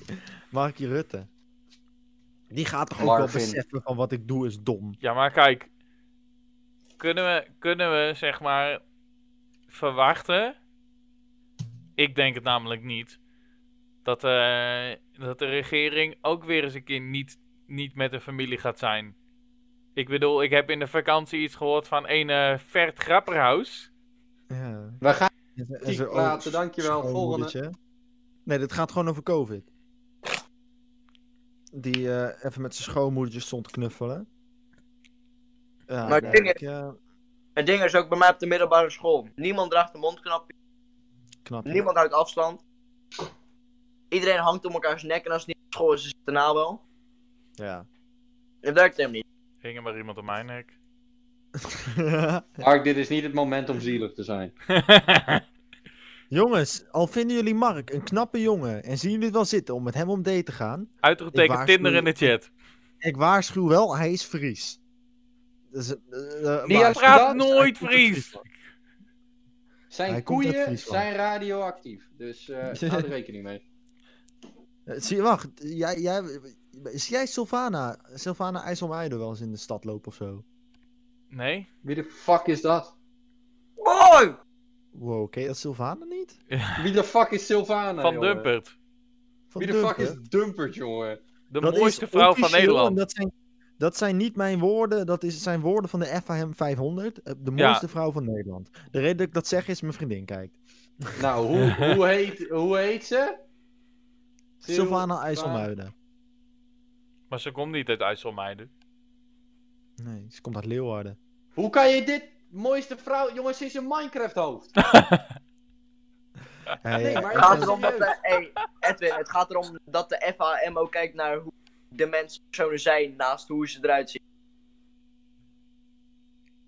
A: Markie Rutte. Die gaat toch ook wel
C: Marvin.
A: beseffen van wat ik doe is dom.
B: Ja, maar kijk. Kunnen we, kunnen we zeg maar verwachten? Ik denk het namelijk niet. Dat, eh, dat de regering ook weer eens een keer niet, niet met de familie gaat zijn. Ik bedoel, ik heb in de vakantie iets gehoord van een eh Vert Grapperhaus.
A: Ja.
C: We gaan.
A: En ze- en
C: Kiek
A: ze- oh,
C: praten, dankjewel,
A: schoonmoedertje. Nee, dit gaat gewoon over COVID. Die eh, even met zijn schoonmoedertje stond te knuffelen. Ja,
D: Maar
A: nee,
D: ik denk-
A: ik, eh,
D: Het ding is ook bij mij op de middelbare school. Niemand draagt een mondknapje,
A: knap.
D: niemand houdt afstand. Iedereen hangt om elkaars nek en als het niet op school is, is het daarna wel.
A: Ja.
D: Het werkt helemaal niet.
B: Hing er maar iemand op mijn nek.
C: Mark, dit is niet het moment om zielig te zijn.
A: Jongens, al vinden jullie Mark een knappe jongen en zien jullie het wel zitten om met hem om date te gaan, Ik
B: Uitroepteken
A: waarschuw
B: Tinder in de chat.
A: ik waarschuw wel, hij is Fries. Dus,
C: Die had
B: Praat
C: Dat-
B: nooit Fries!
C: Zijn
A: Hij komt uit
C: koeien
A: Friesland.
C: zijn radioactief. Dus eh hou er rekening mee.
A: Eh, Zie je, wacht, jij, jij, zie jij Sylvana, Sylvana IJsselmuiden wel eens in de stad lopen of zo?
B: Nee?
C: Wie de fuck is dat?
D: Mooi!
A: Wow, ken je dat Sylvana niet?
C: Wie de fuck is Sylvana?
B: Van
C: jongen?
B: Dumpert.
A: Van
C: Wie de fuck
A: Dumpen?
C: is Dumpert, jongen?
B: De
A: Dat is
B: mooiste vrouw van
A: officieel, en
B: Nederland.
A: Dat zijn, dat zijn niet mijn woorden, dat is, zijn woorden van de FAM 500. eh, De
B: Ja.
A: mooiste vrouw van Nederland. De reden dat ik dat zeg is, mijn vriendin kijkt.
C: Nou, hoe, hoe, heet, hoe heet ze?
A: Sylvana IJsselmuiden.
B: Maar ze komt niet uit IJsselmeiden.
A: Nee, ze komt uit Leeuwarden.
C: Hoe kan je dit mooiste vrouw... Jongens, ze is een Minecraft-hoofd.
A: Hey,
C: Nee, maar-
D: Het gaat
A: eh,
D: erom dat de, hey, Edwin, het gaat erom dat de FAM ook kijkt naar hoe de mensen personen zijn naast hoe ze eruit zien.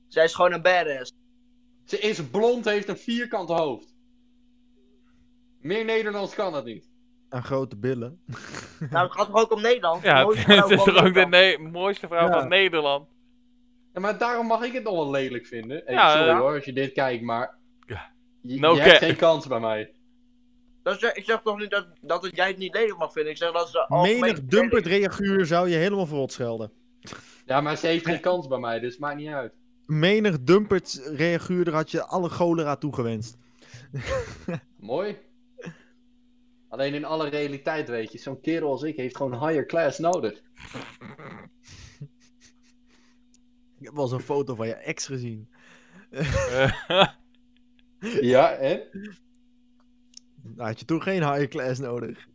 D: Zij is gewoon een badass.
C: Ze is blond, heeft een vierkant hoofd. Meer Nederlands kan dat niet.
A: aan grote billen.
D: Nou, het gaat toch ook om Nederland?
B: Ja,
D: Nooit
B: het is
D: van
B: toch ook de
D: Nederland.
B: ne- mooiste vrouw
A: Ja.
B: van Nederland.
C: Ja, maar daarom mag ik het nog wel lelijk vinden. Hey,
B: Ja,
C: sorry
B: ja.
C: hoor, als je dit kijkt, maar...
B: Ja.
C: Je,
B: No
C: je hebt
B: cap.
C: geen kans bij mij.
D: Dat zeg, ik zeg toch niet dat, dat het- jij het niet lelijk mag vinden. Ik zeg dat ze algemeen
A: Menig
D: lelijk-
A: dumpert reaguur zou je helemaal verrot schelden.
C: Ja, maar ze heeft geen kans bij mij, dus maakt niet uit.
A: Menig dumpert reaguurder had je alle cholera toegewenst.
C: Mooi. Alleen in alle realiteit weet je, zo'n kerel als ik heeft gewoon higher class nodig.
A: Ik heb wel eens een foto van je ex gezien.
C: Ja, en?
A: Daar had je toen geen high class nodig.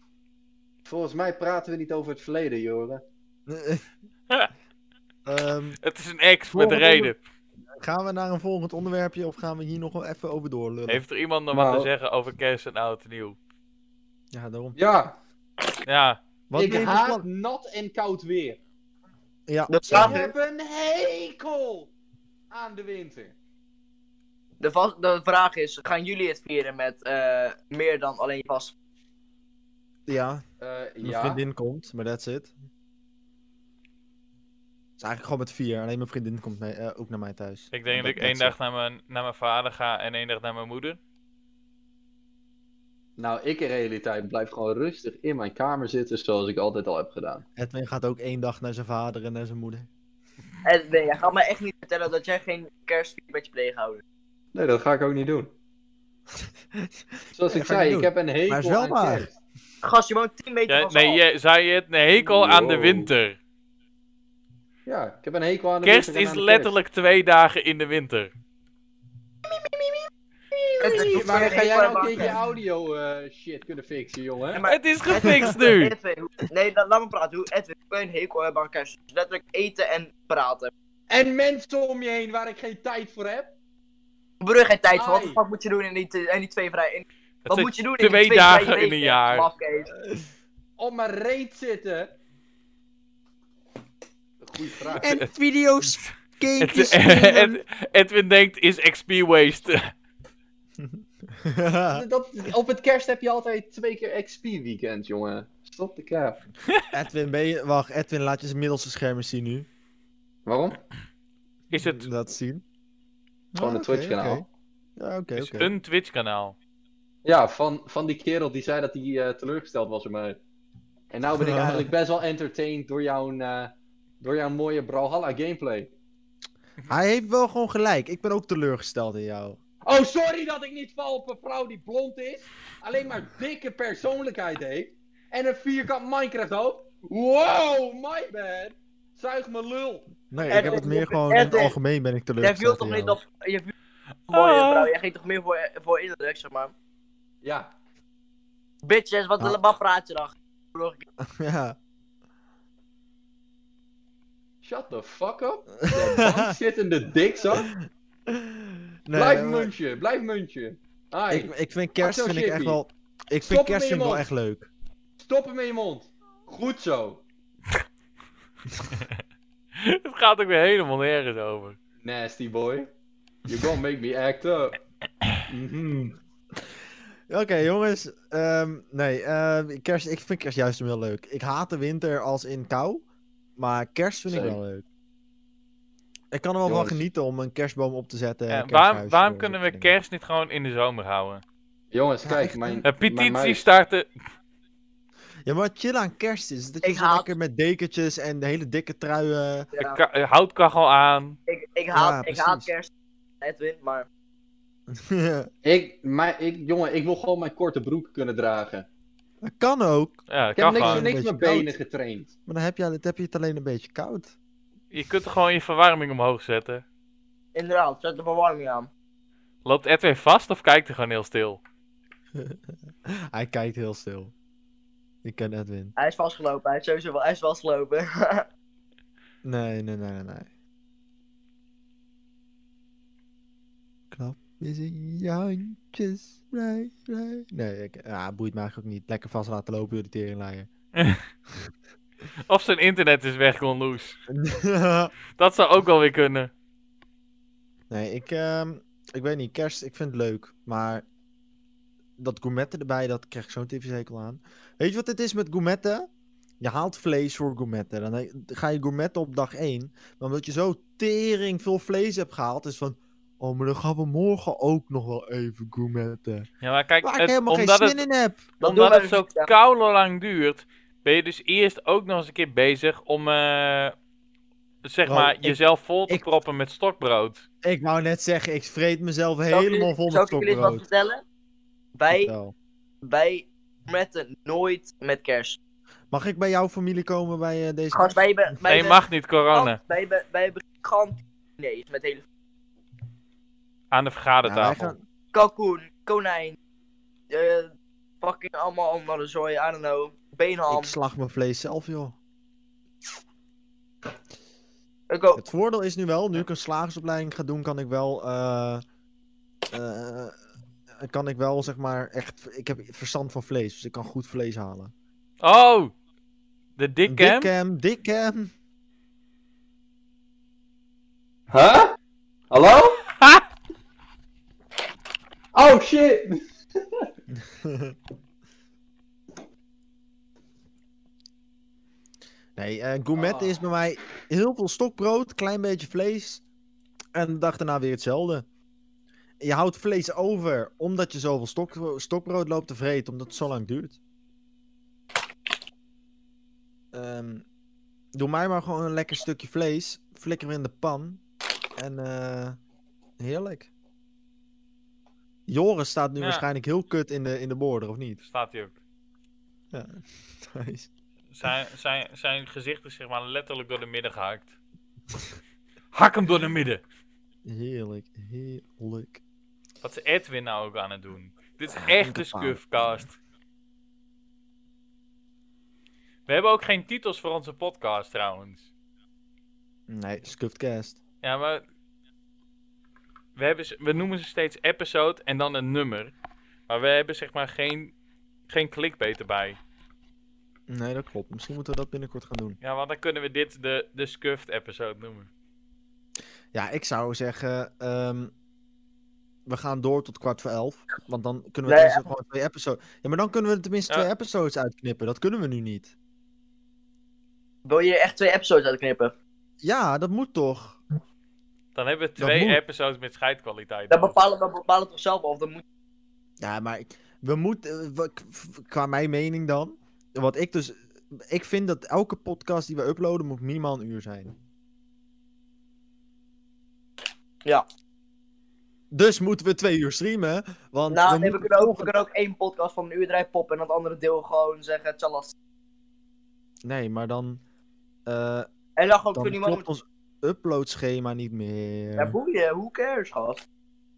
C: Volgens mij praten we niet over het verleden, Joren.
A: Ehm,
B: het is een ex met
A: Volgende
B: een reden.
A: gaan we naar een volgend onderwerpje of gaan we hier nog wel even over doorlullen?
B: Heeft er iemand nog wat te
C: Nou.
B: zeggen over kerst en oud en nieuw?
A: Ja, daarom.
C: Ja,
B: Ja,
A: Wat
C: ik
A: ben je van
C: haat
A: plan?
C: nat en koud weer.
A: Ja,
D: Dat
C: Ik
D: slaat
C: heb een hekel aan de winter.
D: De, vas- de vraag is, gaan jullie het vieren met eh, meer dan alleen vast?
A: ja,
C: Eh,
A: mijn
C: ja.
A: vriendin komt, maar that's it. Het is eigenlijk gewoon met vier. Alleen mijn vriendin komt mee, eh, ook naar mij thuis.
B: ik denk dat ik
A: That's
B: één
A: it.
B: dag naar mijn, naar mijn vader ga en één dag naar mijn moeder.
C: Nou, ik in realiteit blijf gewoon rustig in mijn kamer zitten zoals ik altijd al heb gedaan.
A: Edwin gaat ook één dag naar zijn vader en naar zijn moeder.
D: En, nee, jij gaat mij echt niet vertellen dat jij geen kerst viert met je pleegouders.
C: Nee, dat ga ik ook niet doen. Zoals
A: Nee,
C: ik
A: ga je
C: zei,
A: niet
C: ik
A: doen.
C: heb een hekel
A: Maar is wel
C: aan
A: waar.
C: kerst.
D: Gast, je woont 10 meter
B: Ja,
D: van
B: nee,
D: ons
B: je, zei je het? Een hekel aan de
C: Wow.
B: winter.
C: Ja, ik heb een hekel aan de
B: Kerst
C: winter en
B: is
C: aan de
B: letterlijk twee dagen in de winter.
D: af. Het is
C: kerst.
D: toch
C: Maar dan
D: geen
C: ga jij
D: hekel
C: nou een
D: aan
C: keertje je
D: kerst.
C: audio eh, shit kunnen fixen, jongen.
D: Ja, maar-
B: Het is gefixt nu.
D: Edwin, hoe- nee, la- laat me praten. Hoe Edwin, hoe kan je een hekel hebben aan kerst? Dus letterlijk eten en praten.
C: En mensen om je heen waar ik geen tijd voor heb.
D: Brug geen tijd voor. Wat de
C: Ai.
D: fuck moet je doen in die, te- in die twee vrij... in-
B: Het
D: wat
B: zijn
D: moet je doen in
B: twee
D: die twee vrije
B: dagen in een
D: weken,
B: jaar.
D: mafkees?
C: Op mijn reet zitten. Goeie vraag.
B: En
A: video's
B: Ed- Ed- Edwin denkt, is XP waste?
C: Dat, op het kerst heb je altijd twee keer XP weekend, jongen. Stop de kaap.
A: Edwin, ben je... Wacht, Edwin, laat je zijn middelste schermen zien nu.
C: Waarom?
B: Is het
A: Laat zien.
C: Gewoon
A: Ah,
C: een
A: oké,
C: Twitch-kanaal.
A: oké. Ja, oké,
B: is
A: oké.
B: een Twitch-kanaal.
C: Ja, van, van die kerel die zei dat hij eh, teleurgesteld was in mij. En nou ben ik eigenlijk best wel entertained door jouw, eh, door jouw mooie Brawlhalla gameplay.
A: Hij heeft wel gewoon gelijk. Ik ben ook teleurgesteld in jou.
C: Oh, sorry dat ik niet val op een vrouw die blond is. Alleen maar dikke persoonlijkheid heeft. En een vierkant Minecraft hoofd. Wow, my bad. Zuig me lul.
A: Nee, ik
D: Edwin,
A: heb het meer
D: je-
A: gewoon in het
D: Edwin,
A: algemeen ben ik
D: Jij viel
A: teleurgesteld
D: toch
A: in
D: niet
A: jou.
D: op... Je viel... Mooie
B: Ah.
D: vrouw, jij ging toch meer voor, voor indruk, zeg maar.
C: Ja,
D: Bitches, wat,
A: Ah.
D: wat praat je dan? Brug,
A: Ja.
C: shut the fuck up. Jij bankzittende dikzak.
A: Nee,
C: blijf
A: maar-
C: muntje, blijf muntje. Ai,
A: Ik, ik vind kerst
C: Axel
A: vind ik echt
C: Shippy.
A: wel... Ik
C: Stop
A: vind
C: hem
A: kerst
C: in je
A: vind ik wel
C: mond.
A: echt leuk.
C: stop hem in je mond. Goed zo.
B: Het gaat ook weer helemaal nergens over.
C: Nasty boy. You're gonna make me act up. Mhm.
A: Oké, jongens. ehm, nee, ehm, kerst, ik vind kerst juist wel leuk. Ik haat de winter als in kou. Maar kerst vind ik
C: Zeker.
A: wel leuk. Ik kan er wel
C: Jongens.
A: van genieten om een kerstboom op te zetten.
B: Eh,
A: en
B: waarom
A: kersthuis eh,
B: waarom
A: en
B: kunnen
A: dat
B: we
A: soort dingen.
B: kerst niet gewoon in de zomer houden?
C: Jongens,
A: Ja,
C: kijk,
A: echt,
C: mijn.
B: Een
C: mijn
B: petitie
C: muis-
B: starten.
A: Ja, maar het chill aan kerst is dat je
D: Ik
A: zo
D: haat-
A: lekker met dekentjes en hele dikke truien...
D: ja.
B: de ka- eh, houtkachel aan.
D: Ik, ik, haat, ik
A: precies.
D: haat kerst, Edwin, maar...
C: Ik, mijn, ik, jongen, ik wil gewoon mijn korte broek kunnen dragen.
A: dat kan ook.
B: Ja, dat
C: Ik heb
B: kan
C: niks voor
B: gewoon.
A: Een
C: niks mijn
A: beetje
C: benen
A: koud.
C: getraind.
A: Maar dan heb je, dan heb je het alleen een beetje koud.
B: Je kunt er gewoon je verwarming omhoog zetten.
D: Inderdaad, zet de verwarming aan.
B: Loopt Edwin vast of kijkt hij gewoon heel stil?
A: Hij kijkt heel stil. Ik ken Edwin.
D: Hij is vastgelopen, hij is sowieso wel, hij is vastgelopen.
A: Nee, nee, nee, nee, nee. Knap is in je handjes. Nee, nee. Nee, ik, ah, boeit me eigenlijk ook niet. Lekker vast laten lopen door die teringlaaier.
B: Of zijn internet is weg, Gon Loes. Dat zou ook wel weer kunnen.
A: nee, ik, ehm, ik weet niet. Kerst, ik vind het leuk. Maar dat gourmetten erbij, dat krijg ik zo'n tv-zekel aan. Weet je wat het is met gourmetten? Je haalt vlees voor gourmetten. Dan he- ga je gourmetten op dag 1. Maar omdat je zo tering veel vlees hebt gehaald, is van... Oh, maar dan gaan we morgen ook nog wel even gourmetten.
B: Ja, maar kijk,
A: Waar ik
B: het-
A: helemaal geen
B: omdat
A: zin
B: het,
A: in heb.
D: Dan doen
B: omdat
D: we
B: het
D: het
B: zo
D: niet, ja.
B: koude lang duurt, ben je dus eerst ook nog eens een keer bezig om, eh, zeg
A: Bro,
B: maar,
A: ik-
B: jezelf vol te
A: ik-
B: proppen met stokbrood.
A: Ik wou net zeggen, ik vreet mezelf
D: Zal ik
A: helemaal
D: jullie-
A: vol
D: zal
A: met
D: ik jullie eens wat
A: stokbrood.
D: vertellen? Wij,
A: Vertel.
D: wij metten nooit met kerst.
A: Mag ik bij jouw familie komen bij eh, deze...
D: Gast, wij hebben... Wij
B: Nee,
D: hebben-
B: mag niet,
A: Oh.
B: corona.
D: Wij hebben, wij hebben gigantische diners met hele
B: Aan de
A: Ja, Nou, wij
B: vergadertafel.
A: gaan-
D: kalkoen, konijn, eh, fucking allemaal andere zooi, I don't know, beenham.
A: Ik slag mijn vlees zelf, joh.
D: Ik ook-
A: Het voordeel is nu wel, nu ik een slagersopleiding ga doen, kan ik wel. eh, eh, kan ik wel zeg maar echt. Ik heb verstand van vlees, dus ik kan goed vlees halen.
B: Oh! De
A: Een
B: dikke hem?
A: Dikkem, dikkem.
C: Huh? Hallo?
B: Ha!
C: Oh shit!
A: nee, eh gourmet
C: Ah.
A: is bij mij heel veel stokbrood, klein beetje vlees. En de dag daarna weer hetzelfde. Je houdt vlees over omdat je zoveel stok, stokbrood loopt te vreten, omdat het zo lang duurt. Ehm, doe mij maar gewoon een lekker stukje vlees, flikker hem in de pan en eh, heerlijk. Joris staat nu
B: Ja.
A: waarschijnlijk heel kut in de, in de border, of niet?
B: Staat hij ook.
A: Ja, nice.
B: Zijn, zijn, zijn gezicht is zeg maar letterlijk door de midden gehakt. Hak hem door de midden!
A: Heerlijk, heerlijk.
B: Wat is Edwin nou ook aan het doen? Dit is
A: Ja,
B: echt
A: een
B: een
A: paal.
B: scuffcast. We hebben ook geen titels voor onze podcast trouwens.
A: Nee, Scuffedcast.
B: Ja, maar... We, hebben, ze- we noemen ze steeds episode en dan een nummer. Maar we hebben zeg maar geen, geen clickbait erbij.
A: Nee, dat klopt. Misschien moeten we dat binnenkort gaan doen.
B: Ja, want dan kunnen we dit de, de scuffed episode noemen.
A: Ja, ik zou zeggen, ehm, we gaan door tot kwart voor elf. Want dan kunnen we
D: Nee,
A: tenminste gewoon twee episodes... Ja, maar dan kunnen we er tenminste
B: Ja.
A: twee episodes uitknippen. Dat kunnen we nu niet.
D: wil je echt twee episodes uitknippen?
A: Ja, dat moet toch?
B: Dan hebben we
A: Dat
B: twee
A: moet.
B: episodes met scheidkwaliteit.
D: Dat bepalen, dat bepalen we toch zelf of dat moet...
A: Ja, maar ik- we moeten... eh, we- k- Qua mijn mening dan. Wat ik dus... Ik vind dat elke podcast die we uploaden moet minimaal een uur zijn.
D: Ja.
A: Dus moeten we twee uur streamen. Want
D: Nou,
A: we
D: nee, we
A: moeten
D: kunnen, ook, we
A: volgende-
D: kunnen ook één podcast van een uur erbij poppen en dat andere deel gewoon zeggen, tjallas.
A: Nee, maar dan, eh
D: En dan gewoon
A: dan
D: voor niemand...
A: klopt ons uploadschema niet meer.
D: Ja, boeien, who cares, gast?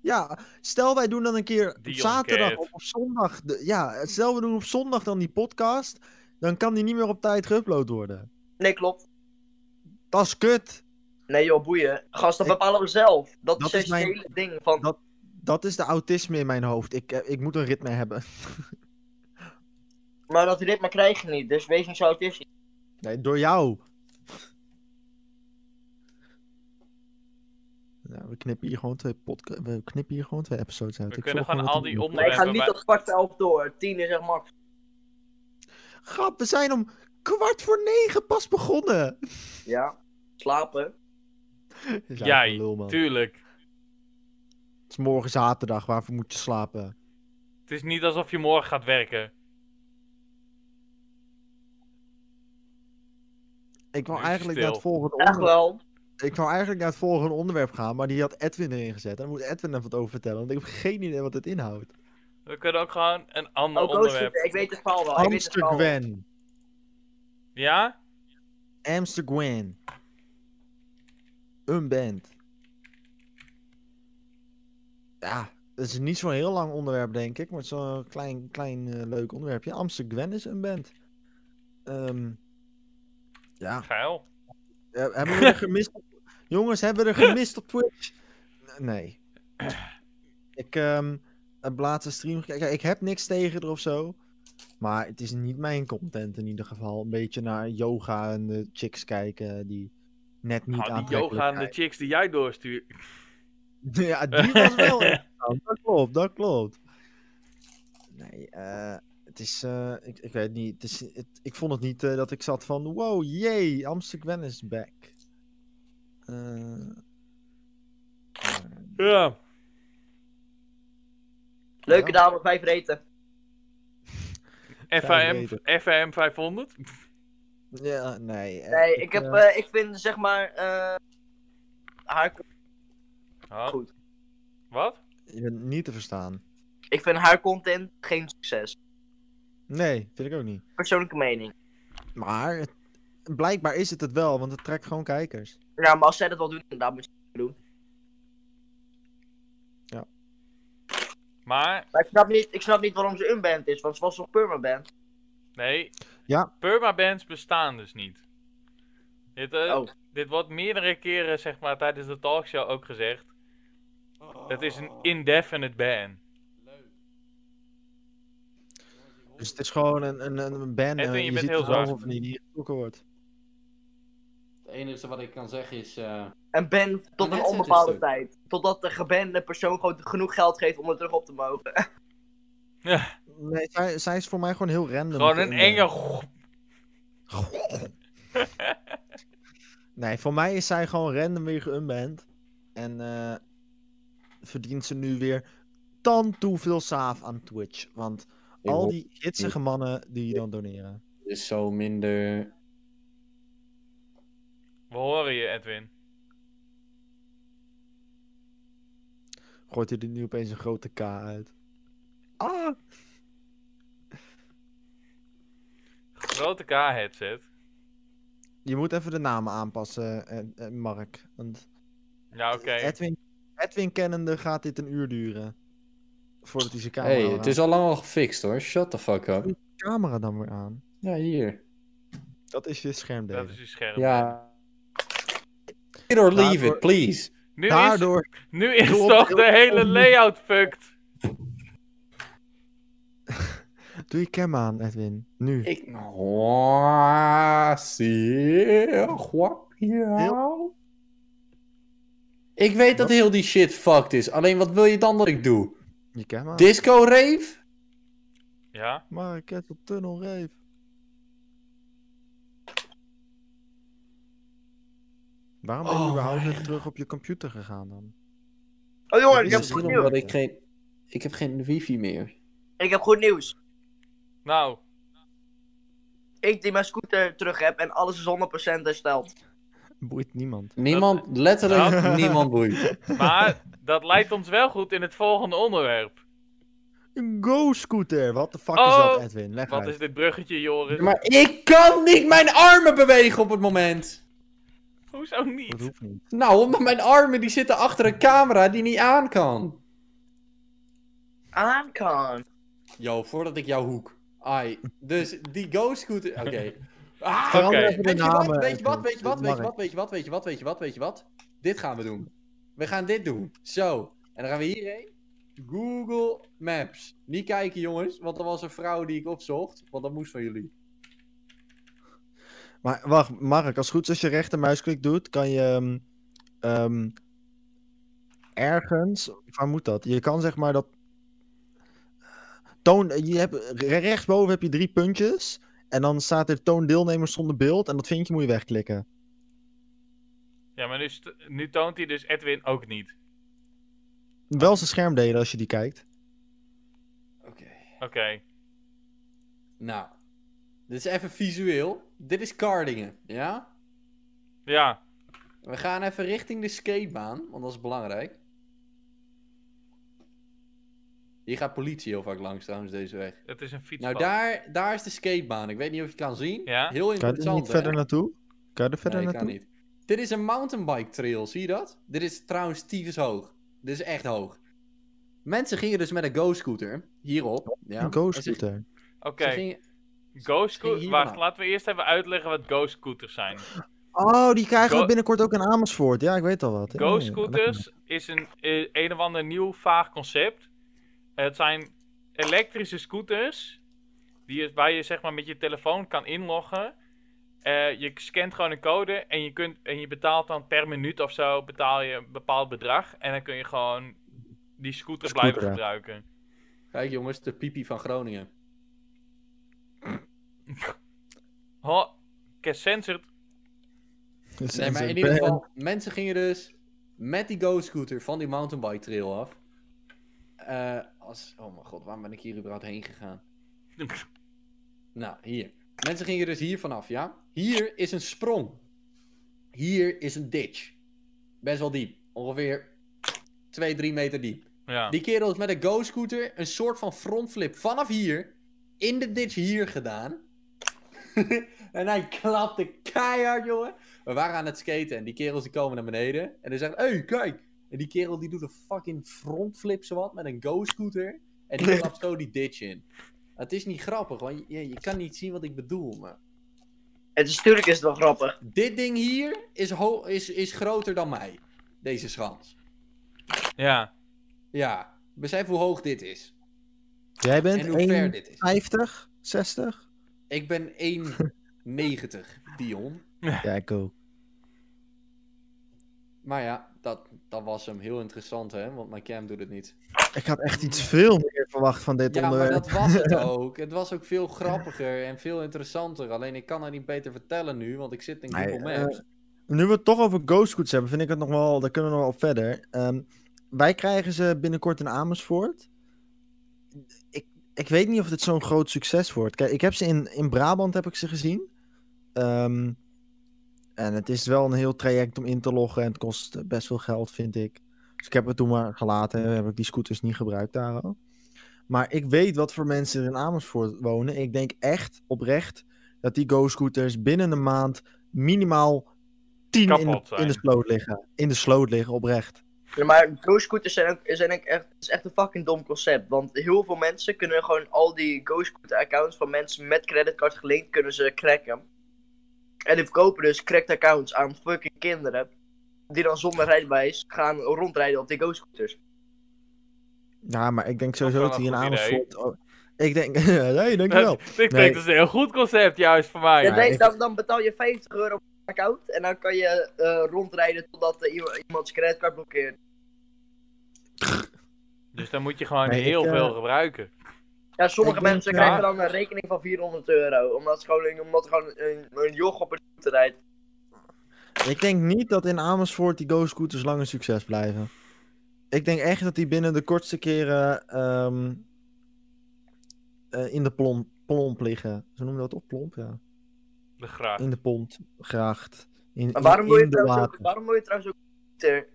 A: Ja, stel wij doen dan een keer op
B: Dion
A: zaterdag
B: Cat.
A: of op zondag. de- ja, stel we doen op zondag dan die podcast. Dan kan die niet meer op tijd geüpload worden.
D: Nee, klopt.
A: Dat is kut.
D: Nee joh, boeien. Gast, dat
A: Ik-
D: bepalen we zelf. Dat,
A: Dat
D: is het
A: is mijn-
D: hele ding van...
A: Dat- Dat is de autisme in mijn hoofd. Ik, eh, ik moet een ritme hebben.
D: Maar dat ritme krijg je niet, dus wees niet zo autistisch.
A: Nee, door jou. Nou, we knippen hier gewoon twee podca- We knippen hier gewoon twee episodes uit.
B: We
A: Ik
B: kunnen
A: voel
B: gewoon
A: dat
B: al
A: we-
B: die
D: Nee, ik ga
B: onderwerpen...
D: niet
B: bij-
D: tot kwart voor elf door. Tien is echt max.
A: Grap, we zijn om kwart voor negen pas begonnen.
D: Ja. Slapen.
B: Jij,
A: een lul, man.
B: Tuurlijk.
A: Het is morgen zaterdag, waarvoor moet je slapen?
B: Het is niet alsof je morgen gaat werken.
A: Ik wou
B: Nu is hij
A: eigenlijk naar het
B: stil.
A: volgende
D: Echt
A: onderwerp.
D: wel.
A: Ik wou eigenlijk naar het volgende onderwerp gaan, maar die had Edwin erin gezet. Daar moet Edwin even wat over vertellen, want ik heb geen idee wat het
D: Oh,
A: inhoudt.
B: We kunnen ook gewoon een ander
D: Ook
B: onderwerp.
D: Ik weet het verhaal wel. Ik weet het verhaal wel.
A: Amsterdam.
B: Ja?
A: Amsterdam. Een band. Ja, dat is niet zo'n heel lang onderwerp, denk ik. Maar het is wel een klein, klein eh, leuk onderwerpje. Amsterdam is een band. Ehm, ja.
B: Geil.
A: Eh, hebben we er gemist? op- Jongens, hebben we er gemist op Twitch? N- Nee. Ik ehm heb laatst een stream gekeken. Kijk, Ik heb niks tegen er of zo. Maar het is niet mijn content in ieder geval. Een beetje naar yoga en de chicks kijken die net niet
B: Nou,
A: aan
B: die yoga en de chicks die jij doorstuurt.
A: Ja, die was wel interessant. Dat klopt, dat klopt. Nee, eh, het is... eh, ik, ik weet niet. Het is, het- ik vond het niet eh, dat ik zat van... Wow, yay, Amsterdam is back. Eh, eh,
B: Ja.
A: Ja.
D: Leuke dame, vijf reten.
B: FAM, FAM 500?
A: Ja, nee. eh,
D: Nee, ik, heb,
A: eh,
D: eh, ik vind zeg maar. eh, haar, con-
B: Oh.
D: Goed.
B: Wat?
A: je bent niet te verstaan.
D: ik vind haar content geen succes.
A: Nee, vind ik ook niet.
D: Persoonlijke mening.
A: Maar het- blijkbaar is het het wel, want het trekt gewoon kijkers.
D: Ja, maar als zij dat wel doen, inderdaad moet je het doen.
B: Maar,
D: Maar ik snap niet, ik snap niet waarom ze unband is, want ze was nog permaband.
B: nee.
A: Ja.
B: Permabands bestaan dus niet. Dit, eh,
D: Oh.
B: dit wordt meerdere keren, zeg maar, tijdens de talkshow ook gezegd. Het is een indefinite ban.
C: Leuk. Jongens, ik hoor
A: Dus het
C: het.
A: is gewoon een, een, een band.
B: Edwin,
A: eh,
B: je bent
A: ziet
B: heel
A: het wel
B: zacht.
A: Of niet, die getrokken wordt.
C: Het enige wat ik kan zeggen is. eh,
D: Een ban tot
C: Net
D: een
C: zo
D: onbepaalde
C: dus.
D: tijd. Totdat de gebande persoon gewoon genoeg geld geeft om er terug op te mogen.
A: Nee, zij, zij is voor mij gewoon heel random. Eh,
B: Gewoon een
A: geïndeeld.
B: enge... go-
A: Nee, voor mij is zij gewoon random weer geunband. En eh, verdient ze nu weer tant toe veel saaf aan Twitch. Want al die hitsige mannen die dan doneren.
C: Het is zo minder.
B: We horen je, Edwin.
A: Gooit hij er nu opeens een grote K uit. Ah!
B: Grote K-headset.
A: Je moet even de namen aanpassen, eh, eh, Mark. Want
B: Ja, oké.
A: Edwin, Edwin kennende gaat dit een uur duren. Voordat hij zijn camera,
C: Hey, het is al lang al gefixt hoor. Shut the fuck up.
A: camera dan weer aan.
C: Ja, hier.
A: Dat is je
B: Dat is
A: schermdelen.
B: je scherm.
C: Ja. It or leave
A: Daardoor-
C: it, please.
B: Nu, is,
A: Daardoor
B: nu is
A: Doe op-
B: toch
A: doe
B: de
A: op-
B: hele layout fucked.
A: doe je cam aan, Edwin. Nu.
C: Ik. Oh, zeer
A: Heel-
C: jou. nou. Ik weet dat heel die shit fucked is. Alleen wat wil je dan dat ik doe?
A: Je cam
C: Ah.
A: aan.
C: Disco rave?
B: Ja.
A: Mark, het op tunnel rave. Waarom ben je
C: Oh,
A: überhaupt
C: my
A: net terug op je computer gegaan dan?
D: Oh jongen, ik
A: Ja,
D: heb
A: ze
D: goed
A: zien
D: nieuws.
A: hem.
C: omdat ik geen. Ik heb geen wifi meer.
D: Ik heb goed nieuws.
B: Nou,
D: Ik die mijn scooter terug heb en alles is 100% hersteld.
A: Boeit niemand.
C: Niemand, letterlijk
A: Ja.
C: niemand boeit.
B: maar dat leidt ons wel goed in het volgende onderwerp.
A: Een go-scooter! Wat de fuck is
B: Oh,
A: dat, Edwin? Leg
B: Wat
A: uit.
B: is dit bruggetje, Joris?
C: Maar ik kan niet mijn armen bewegen op het moment.
B: Hoezo
A: Dat
B: niet?
A: hoeft niet.
C: Nou, omdat mijn armen die zitten achter een camera die niet aan kan.
D: Aankan.
C: Yo, voordat ik jou hoek. Ai. Dus die Go Scooter. Oké.
B: Oké.
C: Ah,
A: Verander even de
C: Weet je wat?
A: namen,
C: Weet je wat?
A: Edwin.
C: Weet je wat? Weet je
A: Mark.
C: wat? Weet je wat? Weet je wat? Weet je wat? Weet je wat? Dit gaan we doen. We gaan dit doen. Zo. En dan gaan we hierheen. Google Maps. Niet kijken, jongens, want er was een vrouw die ik opzocht. Want dat moest van jullie.
A: Maar wacht, Mark, als het goed is als je rechtermuisklik doet, kan je ehm, ehm, ergens. Waar moet dat? Je kan zeg maar dat. Toon, je hebt, re- rechtsboven heb je drie puntjes. En dan staat er toon deelnemers zonder beeld. En dat vinkje moet je wegklikken.
B: Ja, maar nu, st- nu toont hij dus Edwin ook niet.
A: Wel zijn scherm delen als je die kijkt.
C: Oké.
B: Oké.
C: Nou. Dit is even visueel. Dit is Cardingen, ja?
B: Ja.
C: We gaan even richting de skatebaan, want dat is belangrijk. Hier gaat politie heel vaak langs trouwens deze weg.
B: Het is een fietspad.
C: Nou, daar, daar is de skatebaan. Ik weet niet of je het kan zien.
B: Ja.
C: Heel
A: Kan je er
C: interessant.
A: niet
C: hè?
A: verder naartoe? Kan je er verder
C: Nee, kan
A: naartoe?
C: niet. Dit is een mountainbike trail, zie je dat? Dit is trouwens tyfus hoog. Dit is echt hoog. Mensen gingen dus met een go-scooter hierop. Ja.
A: Een
C: En ze-
A: go-scooter.
B: Oké.
C: ze gingen-
B: Ghost
C: Ging hier
B: Wacht,
C: vandaan.
B: laten we eerst even uitleggen wat ghost scooters zijn.
A: Oh, die krijgen
B: Go-
A: we binnenkort ook in Amersfoort. Ja, ik weet al wat. Ja, ja, ja.
B: Ghost scooters is een, eh, een of ander nieuw vaag concept. Het zijn elektrische scooters die je, waar je zeg maar met je telefoon kan inloggen. Eh, je scant gewoon een code en je, kunt, en je betaalt dan per minuut of zo betaal je een bepaald bedrag. En dan kun je gewoon die scooter, blijven
A: Scooteren.
B: gebruiken.
C: Kijk jongens, de pipi van Groningen.
B: Ho, get censored.
A: Dus
C: Nee, maar
A: ze-
C: in ieder geval, mensen gingen dus met die go-scooter van die mountainbike trail af. Eh, als, oh mijn god, waarom ben ik hier überhaupt heen gegaan? Nou, hier. Mensen gingen dus hier vanaf, ja? Hier is een sprong. Hier is een ditch. Best wel diep. Ongeveer 2, 3 meter diep.
B: Ja.
C: Die kerel is met een go-scooter een soort van frontflip vanaf hier in de ditch hier gedaan. en hij klapte keihard, jongen. We waren aan het skaten en die kerels die komen naar beneden. En hij zegt, hey, kijk. En die kerel die doet een fucking frontflip zowat met een go-scooter. En die klapt zo die ditch in. Het is niet grappig, want je, je kan niet zien wat ik bedoel, maar...
D: Het is natuurlijk is het wel grappig.
C: Dit ding hier is, ho- is, is groter dan mij. Deze schans.
B: ja.
C: Ja, besef hoe hoog dit is.
A: Jij
C: En hoe ver
A: bent
C: dit is.
A: 1,50, 60?
C: Ik ben 1,90, Dion.
A: Ja, ik ook.
C: Maar ja, dat, dat was hem heel interessant, hè? Want mijn cam doet het niet.
A: Ik had echt iets veel meer verwacht van dit
C: Ja, maar
A: onderwerp.
C: dat was het ook. Het was ook veel grappiger en veel interessanter. Alleen ik kan het niet beter vertellen nu, want ik zit in
A: Nee, eh,
C: Google Maps.
A: Nu we het toch over Ghostcooters hebben, vind ik het nog wel, daar kunnen we nog wel op verder. Ehm, wij krijgen ze binnenkort in Amersfoort. Ik, ik weet niet of dit zo'n groot succes wordt. Kijk, ik heb ze in, in Brabant heb ik ze gezien. Ehm, en het is wel een heel traject om in te loggen en het kost eh, best veel geld, vind ik. Dus ik heb het toen maar gelaten, heb ik die scooters niet gebruikt daar al. Maar ik weet wat voor mensen er in Amersfoort wonen. Ik denk echt, oprecht, dat die go-scooters binnen een maand minimaal 10 in
B: Kapot
A: de,
B: zijn.
A: in de sloot liggen. In de sloot liggen, oprecht.
D: Ja, maar go-scooters zijn ook, zijn ook echt, is echt een fucking dom concept. Want heel veel mensen kunnen gewoon al die go-scooter accounts van mensen met creditcard gelinkt, kunnen ze cracken. En die verkopen dus cracked accounts aan fucking kinderen. Die dan zonder rijbewijs gaan rondrijden op die go-scooters.
A: Ja, maar ik denk
B: Dat is
A: sowieso
B: wel
A: dat
B: een
A: hier in
B: goed idee.
A: Amersfoort... ook- ik denk... nee, dankjewel.
B: ik denk dat is een heel goed concept juist voor mij.
D: Ja,
A: Ja,
D: nee,
A: ik-
D: dan, dan betaal je 50 euro per account en dan kan je eh, rondrijden totdat eh, iemand- iemand zijn creditcard blokkeert.
B: Dus dan moet je gewoon
A: Nee, ik,
B: heel
A: eh,
B: veel gebruiken.
D: Ja, sommige
A: Ik denk,
D: mensen
A: ja.
D: krijgen dan een rekening van 400 euro. Omdat, ze gewoon, omdat er gewoon een, een joch op een scooter rijdt.
A: Ik denk niet dat in Amersfoort die go-scooters lang een succes blijven. Ik denk echt dat die binnen de kortste keren ehm, eh, in de plom, plomp liggen. Zo noemen we dat ook plomp, ja.
B: De graag.
A: In de pont, gracht. In,
D: Maar waarom
A: in-
D: moet, je
A: in de
D: trouwens ook,
A: water.
D: waarom moet je trouwens ook scooter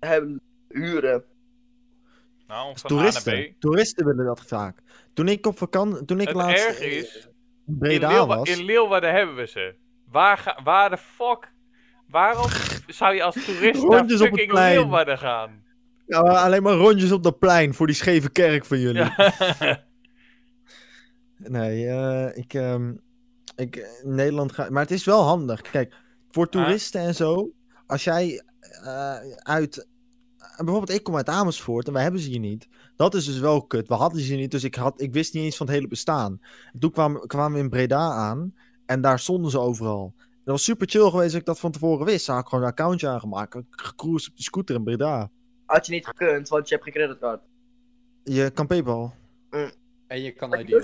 D: hebben, huren?
B: Nou, van A naar B.
A: Toeristen, toeristen willen dat vaak. Toen ik op vakantie, toen ik
B: Het
A: laatst
B: erg
A: eh,
B: is,
A: in
B: In,
A: Breda
B: Leeuwa-
A: was.
B: in Leeuwarden hebben we ze. Waar, ga- waar de fuck... Waarom zou je als toerist naar
A: Rondjes op het
B: fucking
A: plein.
B: Leeuwarden gaan?
A: Ja, maar alleen maar rondjes op dat plein voor die scheve kerk van jullie.
B: Ja.
A: Nee, eh, ik, ehm, ik eh, Nederland ga. Maar het is wel handig. Kijk, voor
B: Ja.
A: toeristen en zo. Als jij eh, uit. eh, Bijvoorbeeld, ik kom uit Amersfoort en wij hebben ze hier niet. Dat is dus wel kut. We hadden ze niet, dus ik, had, ik wist niet eens van het hele bestaan. Toen kwamen, kwamen we in Breda aan en daar stonden ze overal. Dat was super chill geweest dat ik dat van tevoren wist. Daar had ik gewoon een accountje aangemaakt. Ik gecruised op de scooter in Breda.
D: Had je niet gekund, want je hebt geen creditcard.
A: Je kan Paypal.
C: En je kan naar Dion.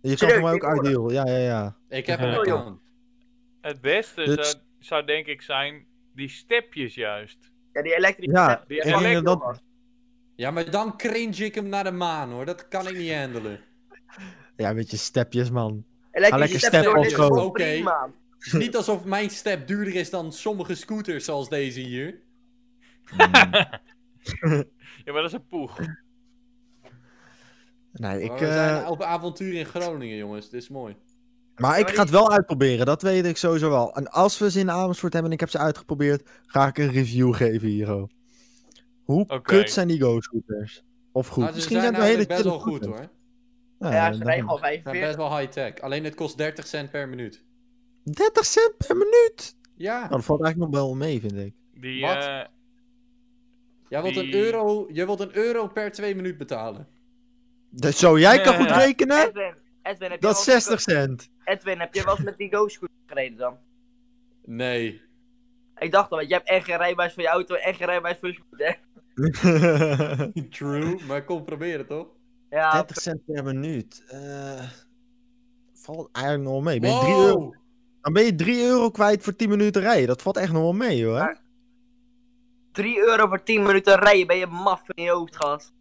A: Je kan
D: Serieus,
A: voor mij ook
D: tegenwoordig?
A: ideal. Ja, ja, ja.
C: Ik heb een
B: Ja.
C: account.
B: Het beste
A: Dus-
B: zou, zou denk ik zijn die stepjes juist.
D: Ja, die elektrische
A: Ja,
D: step, die
B: ik
D: is wel
A: denk
D: lekker,
A: dat-
D: hoor.
C: Ja, maar dan cringe ik hem naar de maan, hoor. Dat kan ik niet handelen.
A: Ja, een beetje stepjes, man.
D: Elektrische
A: lekker
D: step,
A: step
D: joh,
A: of
D: dit is
A: zo.
D: gewoon
C: Oké.
D: prima.
C: Het is niet alsof mijn step duurder is dan sommige scooters zoals deze hier.
B: Ja, maar dat is een poeg.
A: Nee,
C: Maar
A: ik,
C: Oh, we zijn
A: eh,
C: op avontuur in Groningen, jongens. Dit is mooi.
A: maar ik
D: die-
A: ga het wel uitproberen, dat weet ik sowieso wel. En als we ze in Amersfoort hebben en ik heb ze uitgeprobeerd, ga ik een review geven hier. oh. Hoe
B: Oké.
A: kut zijn die go-scooters? Of goed?
C: Maar Nou, ze zijn
A: het
C: eigenlijk best wel goed, hoor.
A: hoor.
D: Ja, ze rijden gewoon
C: Ze zijn
D: 45.
C: Nou, best wel high-tech. Alleen het kost 30 cent per minuut.
A: 30 cent per minuut!
C: Ja.
A: Nou, dat valt eigenlijk nog wel mee, vind ik.
B: Die,
C: Wat?
B: eh,
C: Jij wilt, een
B: Die-
C: euro, jij wilt een euro per twee minuut betalen.
A: Dus zo, jij kan goed
B: Ja.
A: rekenen?
D: Edwin, Edwin, heb je wel
A: Dat
D: eens
A: is
D: met
A: 60 cent.
D: go- Edwin, heb je wel eens met die go-scooter gereden dan?
C: Nee.
D: Ik dacht al, want je hebt echt geen rijbewijs voor je auto en geen rijbewijs voor je scooter.
C: True, maar kom proberen toch?
D: Ja,
A: 30 cent per minuut. Eh, valt eigenlijk nog wel mee. Ben je drie euro, dan ben je 3 euro kwijt voor 10 minuten rijden. Dat valt echt nog wel mee, hoor.
D: 3 euro voor 10 minuten rijden ben je maf in je hoofd, gast.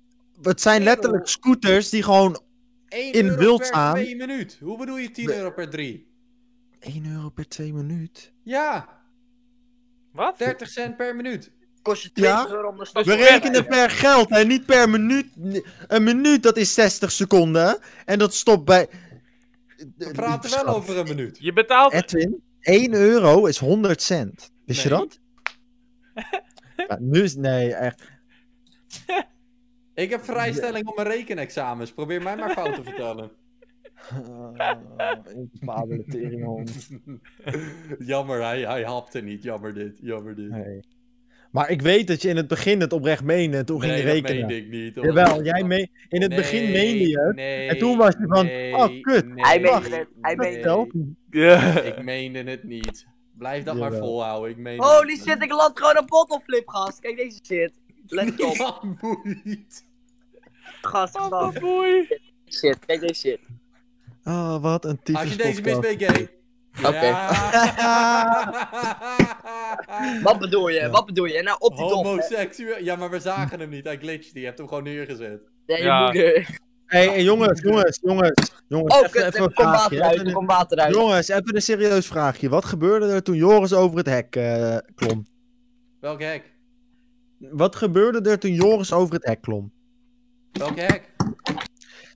A: Het zijn letterlijk scooters die gewoon
C: 1
A: In
C: euro
A: wild
C: per
A: staan.
C: 2 minuut. Hoe bedoel je 10
A: Nee.
C: euro per 3?
A: 1 euro per 2 minuut.
C: Ja,
B: Wat?
C: 30 cent per minuut.
D: Kost je
A: Ja?
D: 20 euro om de stad
A: We
B: Dus
D: te
B: per-
A: rekenen per geld en niet per minuut. N- Een minuut dat is 60 seconden en dat stopt bij.
C: We praten wel over een minuut.
B: Je betaalt...
A: Edwin, 1 euro is 100 cent. Wist je
C: Nee.
A: dat? ja, nu is. Nee, echt.
C: Ik heb vrijstelling op mijn rekenexamens. Probeer mij maar fout te vertellen.
A: Vader, teringhond.
C: jammer, hij, hij hapte niet. Jammer dit, jammer dit.
A: Nee. Maar ik weet dat je in het begin het oprecht meende en toen ging je
C: nee, dat
A: rekenen.
C: meende ik niet. hoor.
A: Jawel, jij mee. In het begin
C: Nee,
A: meende je het.
C: nee,
A: en toen was je van,
C: nee,
A: oh, kut,
C: nee,
D: Hij meende het, hij
A: Dat
D: meende nee.
A: telt
C: nee,
A: niet.
B: Ja.
C: Ik meende het niet. Blijf dat maar
A: Jawel.
C: volhouden. Ik meende het
D: Holy
C: niet.
D: shit, ik land gewoon een bottleflip, gast. Kijk deze shit. Let op,
C: Ja, moeit.
D: gast. gast.
B: Wat mooi.
D: Shit, kijk deze shit.
A: Oh, wat een tyfus
C: Als je deze mist,
A: podcast.
C: ben je gay.
D: Oké.
C: Ja.
D: Wat bedoel je? Wat bedoel je? Nou, op die dom.
C: Homoseksueel. Ja, maar we zagen hem niet. Hij glitchte. Je hebt hem gewoon neergezet.
D: Nee, je Oh,
B: Ja.
D: moeder.
A: Hey, hey, jongens, jongens, jongens, jongens.
D: Oh,
A: even-
D: kut.
A: even
D: Er
A: een
D: komt
A: vraagje,
D: water uit.
A: even
D: Er
A: een-
D: komt water uit.
A: Jongens, even een serieus vraagje. Wat gebeurde er toen Joris over het hek eh, klom?
C: Welk hek?
A: Wat gebeurde er toen Joris over het hek klom?
C: Welk hek?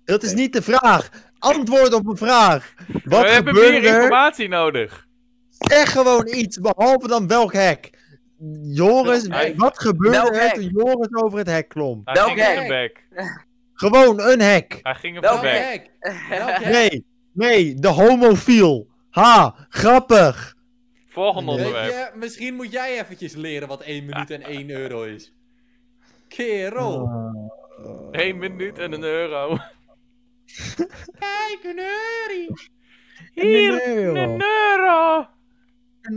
A: Dat is niet de vraag. Antwoord op een vraag. Wat
B: we hebben meer
A: gebeurde er?
B: informatie nodig.
A: Zeg gewoon iets, behalve dan welk hek. Joris,
B: Welk hek?
A: wat gebeurde
D: Welk
A: er
D: hek?
A: toen Joris over het hek klom?
B: Hij
D: Welk
B: ging hem
C: hek?
B: back.
A: Gewoon een hek.
B: Hij ging hem
D: Welk
C: Welk
B: back.
C: hek? Welk hek?
A: Nee, nee, de homofiel. Ha, grappig.
B: Volgende
A: Nee.
C: Weet
B: onderwerp.
C: je, misschien moet jij eventjes leren wat 1 minuut en 1 euro is. Kerel.
A: Oh. Eh,
B: 1 minuut en een euro.
C: Kijk, een eurie.
B: Hier, een euro.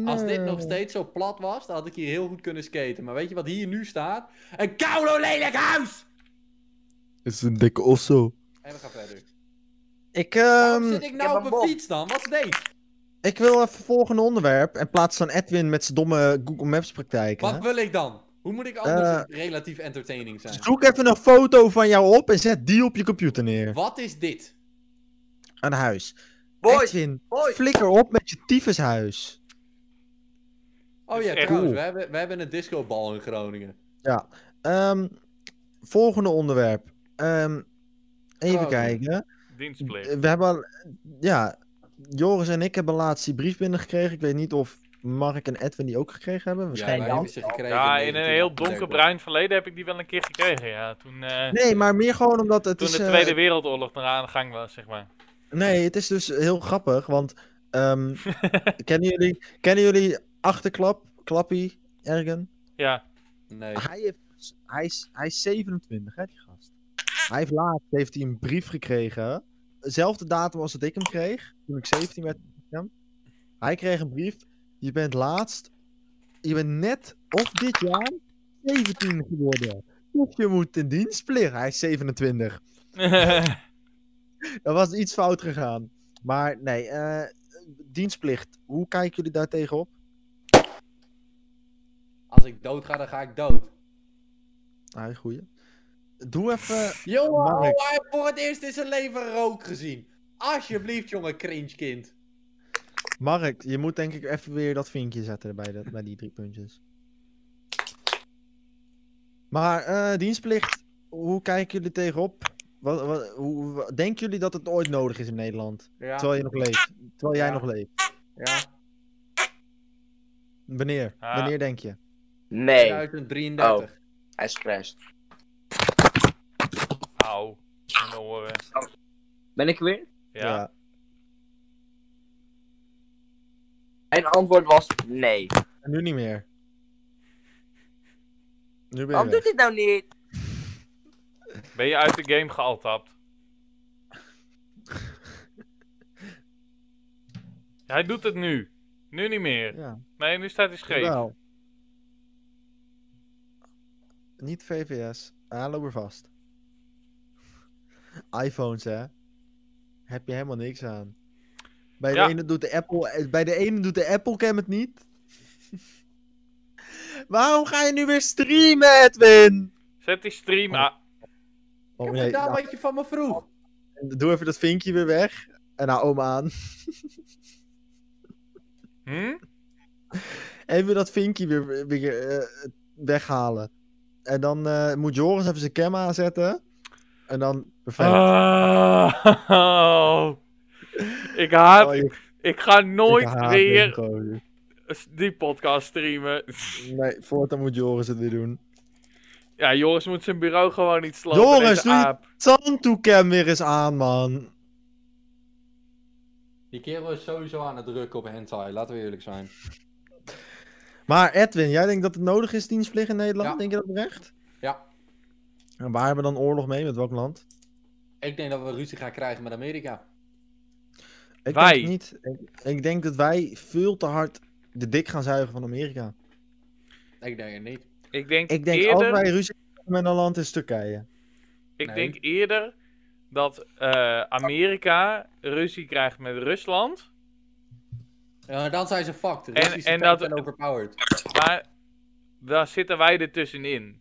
C: Als dit nog steeds zo plat was, dan had ik hier heel goed kunnen skaten. Maar weet je wat hier nu staat? Een koulo lelijk huis!
A: is een dikke osso.
C: En we gaan verder.
A: Ik,
C: Waarom
A: ehm
C: zit ik
D: ik heb
C: nou
D: een
C: op mijn
D: bom.
C: fiets dan? Wat is dit?
A: ik wil even volgende onderwerp. En plaats dan Edwin met zijn domme Google Maps praktijken.
C: Wat
A: hè.
C: wil ik dan? Hoe moet ik anders relatief entertaining zijn?
A: Eh, Zoek even een foto van jou op en zet die op je computer neer.
C: Wat is dit?
A: Aan huis.
D: Boys,
A: Edwin,
D: boys.
A: flikker op met je tyfushuis.
C: Oh
B: Is
C: ja,
B: echt
C: trouwens,
A: cool.
C: we hebben, we hebben een discobal in Groningen.
A: Ehm, volgende onderwerp. Ehm, even
C: Oh, oké.
A: kijken.
B: Dienstplicht.
A: We hebben al, ja, Joris en ik hebben laatst die brief binnengekregen. Ik weet niet of Mark en Edwin die ook gekregen hebben.
C: Ja, wij
A: Waarschijnlijk
C: hebben
A: niet.
C: ze gekregen.
B: Ja, in een heel
C: 1938.
B: donkerbruin verleden heb ik die wel een keer gekregen, ja. Toen, eh,
A: Nee, maar meer gewoon omdat het
B: toen
A: is.
B: de
A: eh,
B: Tweede Wereldoorlog eraan aan de gang was, zeg maar.
A: nee, het is dus heel grappig, want ehm, kennen jullie, kennen jullie achterklap, Klappie, Ergen?
B: Ja,
C: Nee.
A: Hij, heeft, hij, is, hij is 27, hè, die gast. Hij heeft laatst heeft hij een brief gekregen. Dezelfde datum als dat ik hem kreeg. Toen ik 17 werd. hem. Hij kreeg een brief. Je bent laatst. Je bent net of dit jaar 17 geworden. Dus je moet in dienstplicht. Hij is 27. Er was iets fout gegaan. Maar nee, eh, dienstplicht. Hoe kijken jullie daar tegenop?
C: Als ik dood ga, dan ga ik dood.
A: Ah, goeie. Doe even.
C: Jongen,
A: Mark.
C: oh, hij heeft voor het eerst in zijn leven rook gezien. Alsjeblieft, jongen, cringe kind.
A: Mark, je moet denk ik even weer dat vinkje zetten bij, dat, bij die drie puntjes. Maar eh, dienstplicht, hoe kijken jullie tegenop? Wat, wat, hoe, wa- denken jullie dat het ooit nodig is in Nederland?
C: Ja,
A: Terwijl je nog leeft. Terwijl jij
C: Ja.
A: nog leeft.
C: ja.
A: Wanneer?
B: Ah.
A: Wanneer denk je?
D: Nee, hij
C: 2033.
D: is gecrashed.
B: au. In de oren.
D: Ben ik er weer?
B: Ja.
D: Mijn antwoord was nee.
A: En nu niet meer. Nu ben je
D: Waarom doet
A: weg.
D: dit nou niet?
B: Ben je uit de game gealtapt? Hij doet het nu. Nu niet meer.
A: Ja,
B: Nee, nu staat hij scheef.
A: wel. Niet VVS. Hallo Ah, er vast. iPhones, hè? Heb je helemaal niks aan. Bij,
B: Ja.
A: de ene doet de Apple, eh, bij de ene doet de Apple Cam het niet. Waarom ga je nu weer streamen, Edwin?
B: Zet die stream aan.
A: Oh,
C: heb
A: nee,
C: gedaan
A: nou,
C: wat je van me vroeg.
A: doe even dat vinkje weer weg. En nou, oma aan.
B: Hm?
A: Even dat vinkje weer, weer, eh, weghalen. En dan eh, moet Joris even zijn cam aanzetten. En
B: Ah,
A: dan... Perfect.
B: Oh. Ik
A: Oh,
B: haat...
A: je- ik
B: Ik ga nooit
A: haat dit
B: weer
A: gewoon.
B: die podcast streamen.
A: Nee, voortaan moet Joris het weer doen.
B: Ja, Joris moet zijn bureau gewoon niet slopen.
A: Joris,
B: deze
A: doe je-
B: aap.
A: Santucam weer eens aan, man.
C: Die kerel is sowieso aan het drukken op hentai, laten we eerlijk zijn.
A: Maar Edwin, jij denkt dat het nodig is, dienstplicht in Nederland?
C: Ja.
A: Denk je dat terecht?
C: Ja.
A: En waar hebben we dan oorlog mee? Met welk land?
C: Ik denk dat we ruzie gaan krijgen met Amerika.
A: Ik
B: Wij.
A: Denk het niet. Ik, ik denk dat wij veel te hard de dik gaan zuigen van Amerika.
C: Ik denk het niet.
B: Ik denk,
A: Ik denk
B: eerder...
A: altijd wij ruzie krijgen met een land is Turkije.
B: Ik
C: Nee.
B: denk eerder dat eh, Amerika ruzie krijgt met Rusland.
C: Ja, Eh, dan zijn ze fucked. De
B: En-
C: Russische
B: en
C: tanks
B: dat-
C: zijn overpowered.
B: Maar daar zitten wij er tussenin.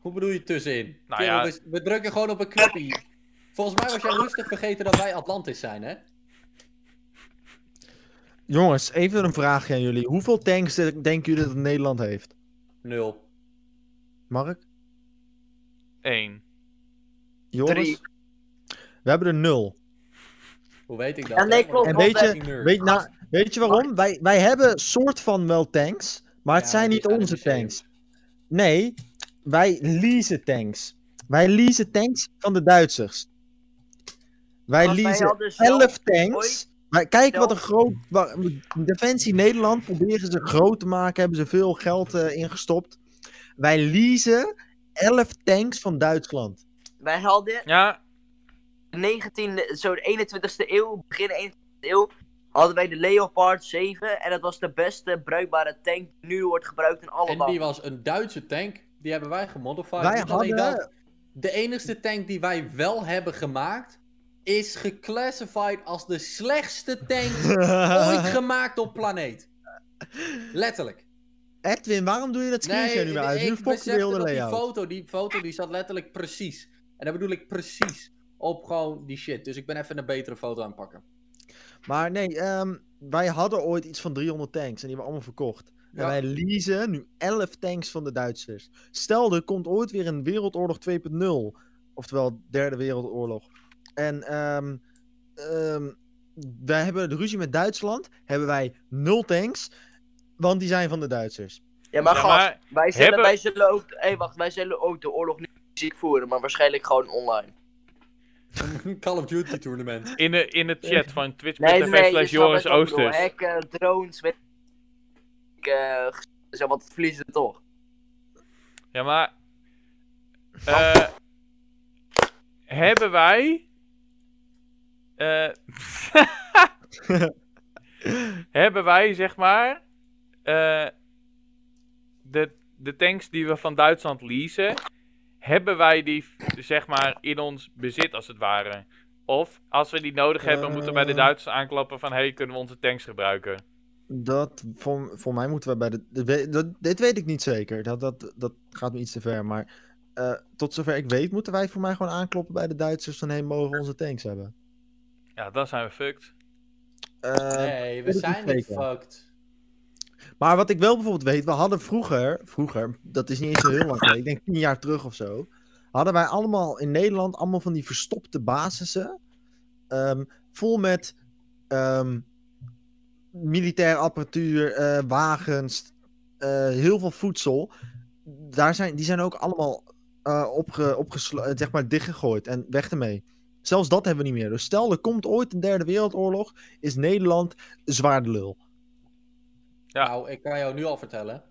C: Hoe bedoel je tussenin?
B: Nou
C: Kerel,
B: ja.
C: we, we drukken gewoon op een knopje. hier. Volgens mij was jij rustig vergeten dat wij Atlantis zijn, hè?
A: Jongens, even een vraagje aan jullie. Hoeveel tanks eh, denken jullie dat Nederland heeft?
C: Nul.
A: Mark?
B: Eén.
A: Joris?
D: Drie.
A: We hebben er nul.
C: Hoe weet ik dat?
D: Ja, nee,
C: hè? Want
D: klopt,
C: ik
A: want
C: was
A: wij-
C: fucking nerd.
A: Weet, nou, weet je waarom? Wij, wij hebben soort van wel tanks, maar het
C: Ja,
A: zijn
C: die
A: niet
C: zijn
A: onze
C: niet serieus.
A: tanks. Nee, wij leasen tanks. Wij leasen tanks van de Duitsers. Wij
D: Want wij
A: leasen
D: hadden zelf
A: 11 tanks.
D: ooit-
A: Maar kijk
D: zelf-
A: wat een groot. wa- Defensie Nederland proberen ze groot te maken, hebben ze veel geld eh, ingestopt. Wij leasen 11 tanks van Duitsland.
D: Wij hadden
B: Ja,
D: 19, zo de 21ste eeuw, begin 21ste eeuw, hadden wij de Leopard 7. En dat was de beste bruikbare tank die nu wordt gebruikt in alle
C: En die
D: landen.
C: was een Duitse tank. Die hebben wij gemodified.
A: Wij
C: Niet alleen
A: hadden-
C: dat, de enigste tank die wij wel hebben gemaakt... is geclassified als de slechtste tank ooit gemaakt op planeet. Letterlijk.
A: Edwin, waarom doe je dat screenshot nu weer uit? Nu
C: ik
A: fokken we
C: besefte
A: heel de
C: dat die
A: layout.
C: foto, die foto die zat letterlijk precies. En dat bedoel ik precies op gewoon die shit. Dus ik ben even een betere foto aanpakken.
A: Maar nee, ehm, wij hadden ooit iets van 300 tanks en die hebben we allemaal verkocht. En
C: Ja.
A: wij leasen nu 11 tanks van de Duitsers. Stel, er komt ooit weer een Wereldoorlog 2.0. Oftewel, Derde Wereldoorlog. En ehm, ehm, wij hebben de ruzie met Duitsland. Hebben wij 0 tanks. Want die zijn van de Duitsers.
D: Ja, maar
B: Ja,
D: gast,
B: maar
D: wij, zullen,
B: hebben-
D: wij zullen ook... Hé, wacht, wij zullen ook de oorlog niet fysiek voeren, maar waarschijnlijk gewoon online.
C: Call of Duty tournament.
B: in de, in de chat van
D: Nee,
B: twitch.tv
D: nee,
B: slash
D: je
B: Joris
D: snapt wat ik bedoel.
B: Oosters.
D: Hacken, drones, weet ik... eh, zo wat verliezen we toch.
B: Ja, maar... eh, hebben wij... eh, hebben wij, zeg maar... eh, de, de tanks die we van Duitsland leasen... Hebben wij die, zeg maar, in ons bezit, als het ware? Of, als we die nodig hebben, moeten we bij de
A: Eh.
B: Duitsers aanklappen van... hey, kunnen we onze tanks gebruiken?
A: Dat, voor, voor mij moeten we bij de... dit we- Dat, dit weet ik niet zeker. Dat, dat, dat gaat me iets te ver. Maar eh, tot zover ik weet, moeten wij voor mij gewoon aankloppen bij de Duitsers. Van hé, mogen we onze tanks hebben?
B: Ja, dan zijn we fucked.
A: Eh,
C: Nee, we
A: dat is
C: zijn niet
A: zeker.
C: fucked.
A: Maar wat ik wel bijvoorbeeld weet, we hadden vroeger, vroeger, dat is niet eens zo heel lang geleden, ik denk tien jaar terug of zo, hadden wij allemaal in Nederland allemaal van die verstopte basissen, ehm, vol met ehm militair apparatuur, eh, wagens, eh, heel veel voedsel. Daar zijn, die zijn ook allemaal eh opge, opgeslo- eh, zeg maar dichtgegooid en weg ermee. Zelfs dat hebben we niet meer. Dus stel, er komt ooit een derde wereldoorlog, is Nederland zwaar de lul.
B: Ja.
C: Nou, ik kan jou nu al vertellen...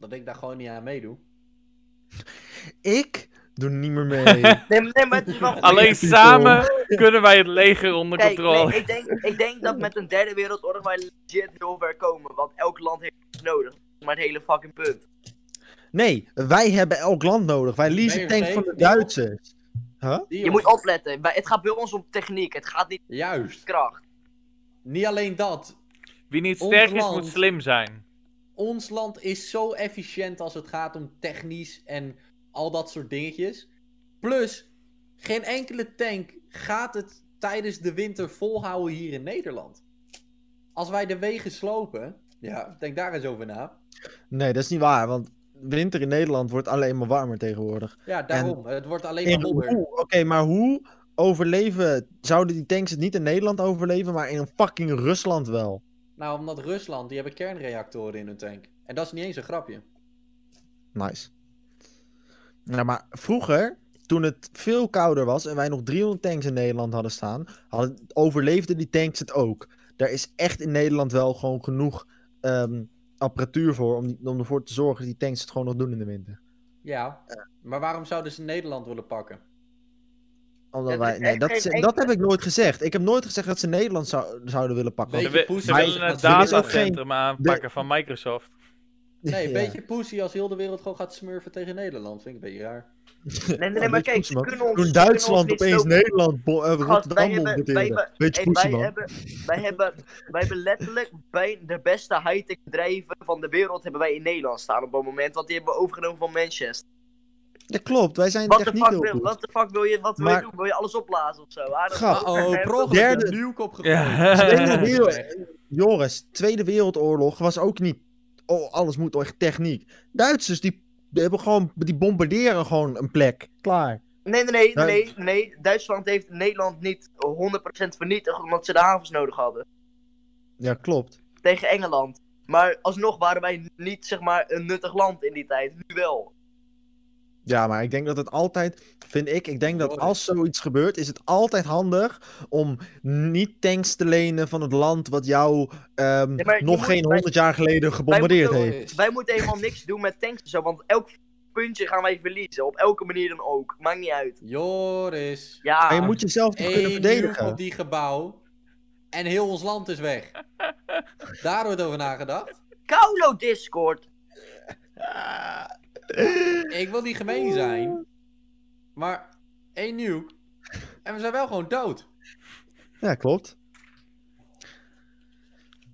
C: dat ik daar gewoon niet aan meedoe.
A: Ik doe niet meer mee.
D: Nee, nee maar het is wel...
B: Alleen
A: people.
B: samen kunnen wij het leger onder
D: Kijk,
B: controle.
D: nee, ik, denk, ik denk dat met een derde wereldoorlog wij legit heel ver komen. Want elk land heeft iets nodig. Maar het hele fucking punt.
A: Nee, wij hebben elk land nodig. Wij leasen
C: Ben je
A: tanks van
C: vergeten,
A: de
C: Nico?
A: Duitsers. Huh?
C: Die
D: Je moet
C: jongens-
D: opletten. Wij- Het gaat bij ons om techniek. Het gaat niet om
C: Juist.
D: kracht.
C: Niet alleen dat.
B: Wie niet
C: Ons
B: sterk is,
C: land.
B: moet slim zijn.
C: ons land is zo efficiënt als het gaat om technisch en al dat soort dingetjes. Plus, geen enkele tank gaat het tijdens de winter volhouden hier in Nederland. Als wij de wegen slopen, ja, denk daar eens over na.
A: Nee, dat is niet waar, want winter in Nederland wordt alleen maar warmer tegenwoordig.
C: Ja, daarom. Het wordt alleen maar
A: In
C: honger.
A: hoe- Oké, maar hoe overleven? Zouden die tanks het niet in Nederland overleven, maar in een fucking Rusland wel?
C: Nou, omdat Rusland, die hebben kernreactoren in hun tank. En dat is niet eens een grapje.
A: Nice. Nou, maar vroeger, toen het veel kouder was en wij nog 300 tanks in Nederland hadden staan, hadden, overleefden die tanks het ook. Daar is echt in Nederland wel gewoon genoeg ehm, apparatuur voor om, die- om ervoor te zorgen dat die tanks het gewoon nog doen in de winter.
C: Ja,
A: Eh.
C: maar waarom zouden ze Nederland willen pakken?
A: Omdat
D: Het is
A: wij, nee,
D: echt
A: dat,
D: geen
A: ze-
D: enkele-
A: dat heb ik nooit gezegd. Ik heb nooit gezegd dat ze Nederland zou- zouden willen pakken.
C: Beetje
A: want-
B: We-
C: poes,
B: Ze
A: maar-
B: willen
A: maar
B: het
A: er is ook
B: datacentrum aanpakken van Microsoft.
C: Nee, een
A: Ja.
C: beetje poesie als heel de wereld gewoon gaat smurfen tegen Nederland. Vind ik een beetje raar.
D: Nee, nee,
A: Ja,
D: nee, maar
A: dit
D: kijk,
A: is
D: ze
A: man.
D: kunnen ons,
A: Toen
D: ze kunnen
A: Duitsland
D: ons niet
A: opeens
D: zo-
A: Nederland bo- eh,
D: wij
A: Rotterdam
D: hebben- wij
A: bombardeerde.
D: hebben-
A: Beetje
D: Hey,
A: poesie,
D: wij,
A: man.
D: hebben, wij, hebben, wij hebben letterlijk bij de beste high-tech bedrijven van de wereld hebben wij in Nederland staan op dat moment, want die hebben we overgenomen van Manchester.
A: Dat klopt, wij zijn
D: Wat de
A: techniek
D: fuck,
A: heel
D: wil,
A: goed.
D: wat de fuck wil je, wat wil je
A: Maar-
D: doen? Wil je alles opblazen of zo? Ah, I don't
A: Gast,
D: know.
C: oh,
D: Echt,
C: prog
A: Derde-
C: derde nieuwkop gegooid.
B: Ja.
A: Tweede
B: Eh,
A: wereld... Joris, Tweede Wereldoorlog was ook niet... Oh, alles moet door techniek. Duitsers, die, die hebben gewoon, die bombarderen gewoon een plek. Klaar.
D: Nee, nee, nee,
A: Nee.
D: nee, nee. Duitsland heeft Nederland niet 100% vernietigd omdat ze de havens nodig hadden.
A: Ja, klopt.
D: Tegen Engeland. Maar alsnog waren wij niet, zeg maar, een nuttig land in die tijd. Nu wel.
A: Ja, maar ik denk dat het altijd, vind ik, ik denk dat
C: Joris.
A: als zoiets gebeurt, is het altijd handig om niet tanks te lenen van het land wat jou ehm,
D: Nee, maar je
A: nog
D: moet-
A: geen
D: wij-
A: honderd jaar geleden gebombardeerd
D: moeten-
A: heeft.
D: Wij moeten helemaal niks doen met tanks en zo, want elk puntje gaan wij verliezen. Op elke manier dan ook. Maakt niet uit.
C: Joris.
D: Ja,
A: Maar je moet jezelf toch kunnen
C: Eén
A: verdedigen.
C: nieuw op die gebouw. En heel ons land is weg. Daar wordt over nagedacht.
D: Kaulo Discord.
C: Ik wil niet gemeen zijn. Maar één nieuw. En we zijn wel gewoon dood.
A: Ja, klopt.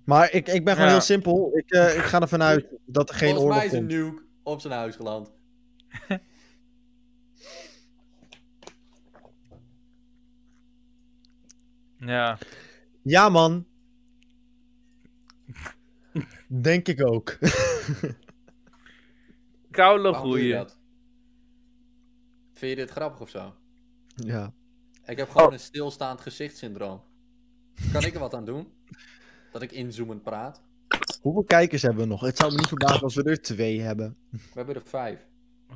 A: Maar ik, ik ben gewoon
B: Ja.
A: heel simpel. Ik, eh, ik ga ervan uit dat er geen
C: Volgens mij
A: oorlog
C: is een
A: komt.
C: nuke op zijn huis geland.
B: Ja.
A: Ja, man. Denk ik ook.
B: Koude
C: Waarom doe je
B: groeien.
C: dat? Vind je dit grappig of zo?
A: ja.
C: Ik heb
D: Oh.
C: gewoon een stilstaand gezichtssyndroom. Kan ik er wat aan doen? Dat ik inzoomend praat?
A: Hoeveel kijkers hebben we nog? Het zou me niet verbazen als we er twee hebben.
C: We hebben er vijf.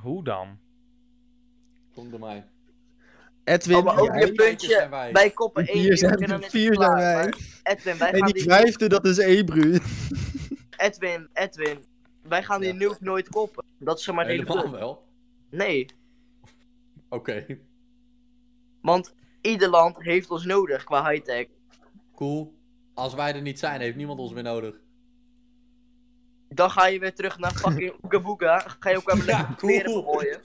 B: Hoe dan?
C: Kom door mij.
A: Edwin,
D: Oh, maar ook
A: jij?
D: je
C: Kijkers
D: puntje.
C: zijn wij.
D: Wij koppen één
A: vier zijn,
D: uur en dan is
A: vier
D: het
A: zijn
D: klaar.
A: wij.
D: Maar Edwin, wij
A: En
D: gaan
A: die
D: die...
A: vijfde, dat is Ebru.
D: Edwin, Edwin. Wij gaan die
C: Ja.
D: nuke nooit koppen. Dat is zeg maar de hele
C: Helemaal
D: punt.
C: wel.
D: Nee,
C: Oké.
D: want ieder land heeft ons nodig qua high-tech.
C: Cool. Als wij er niet zijn, heeft niemand ons meer nodig.
D: Dan ga je weer terug naar fucking Oeka Boeka. Ga je elkaar weer
C: Ja,
D: lekker proberen
C: cool.
D: te gooien.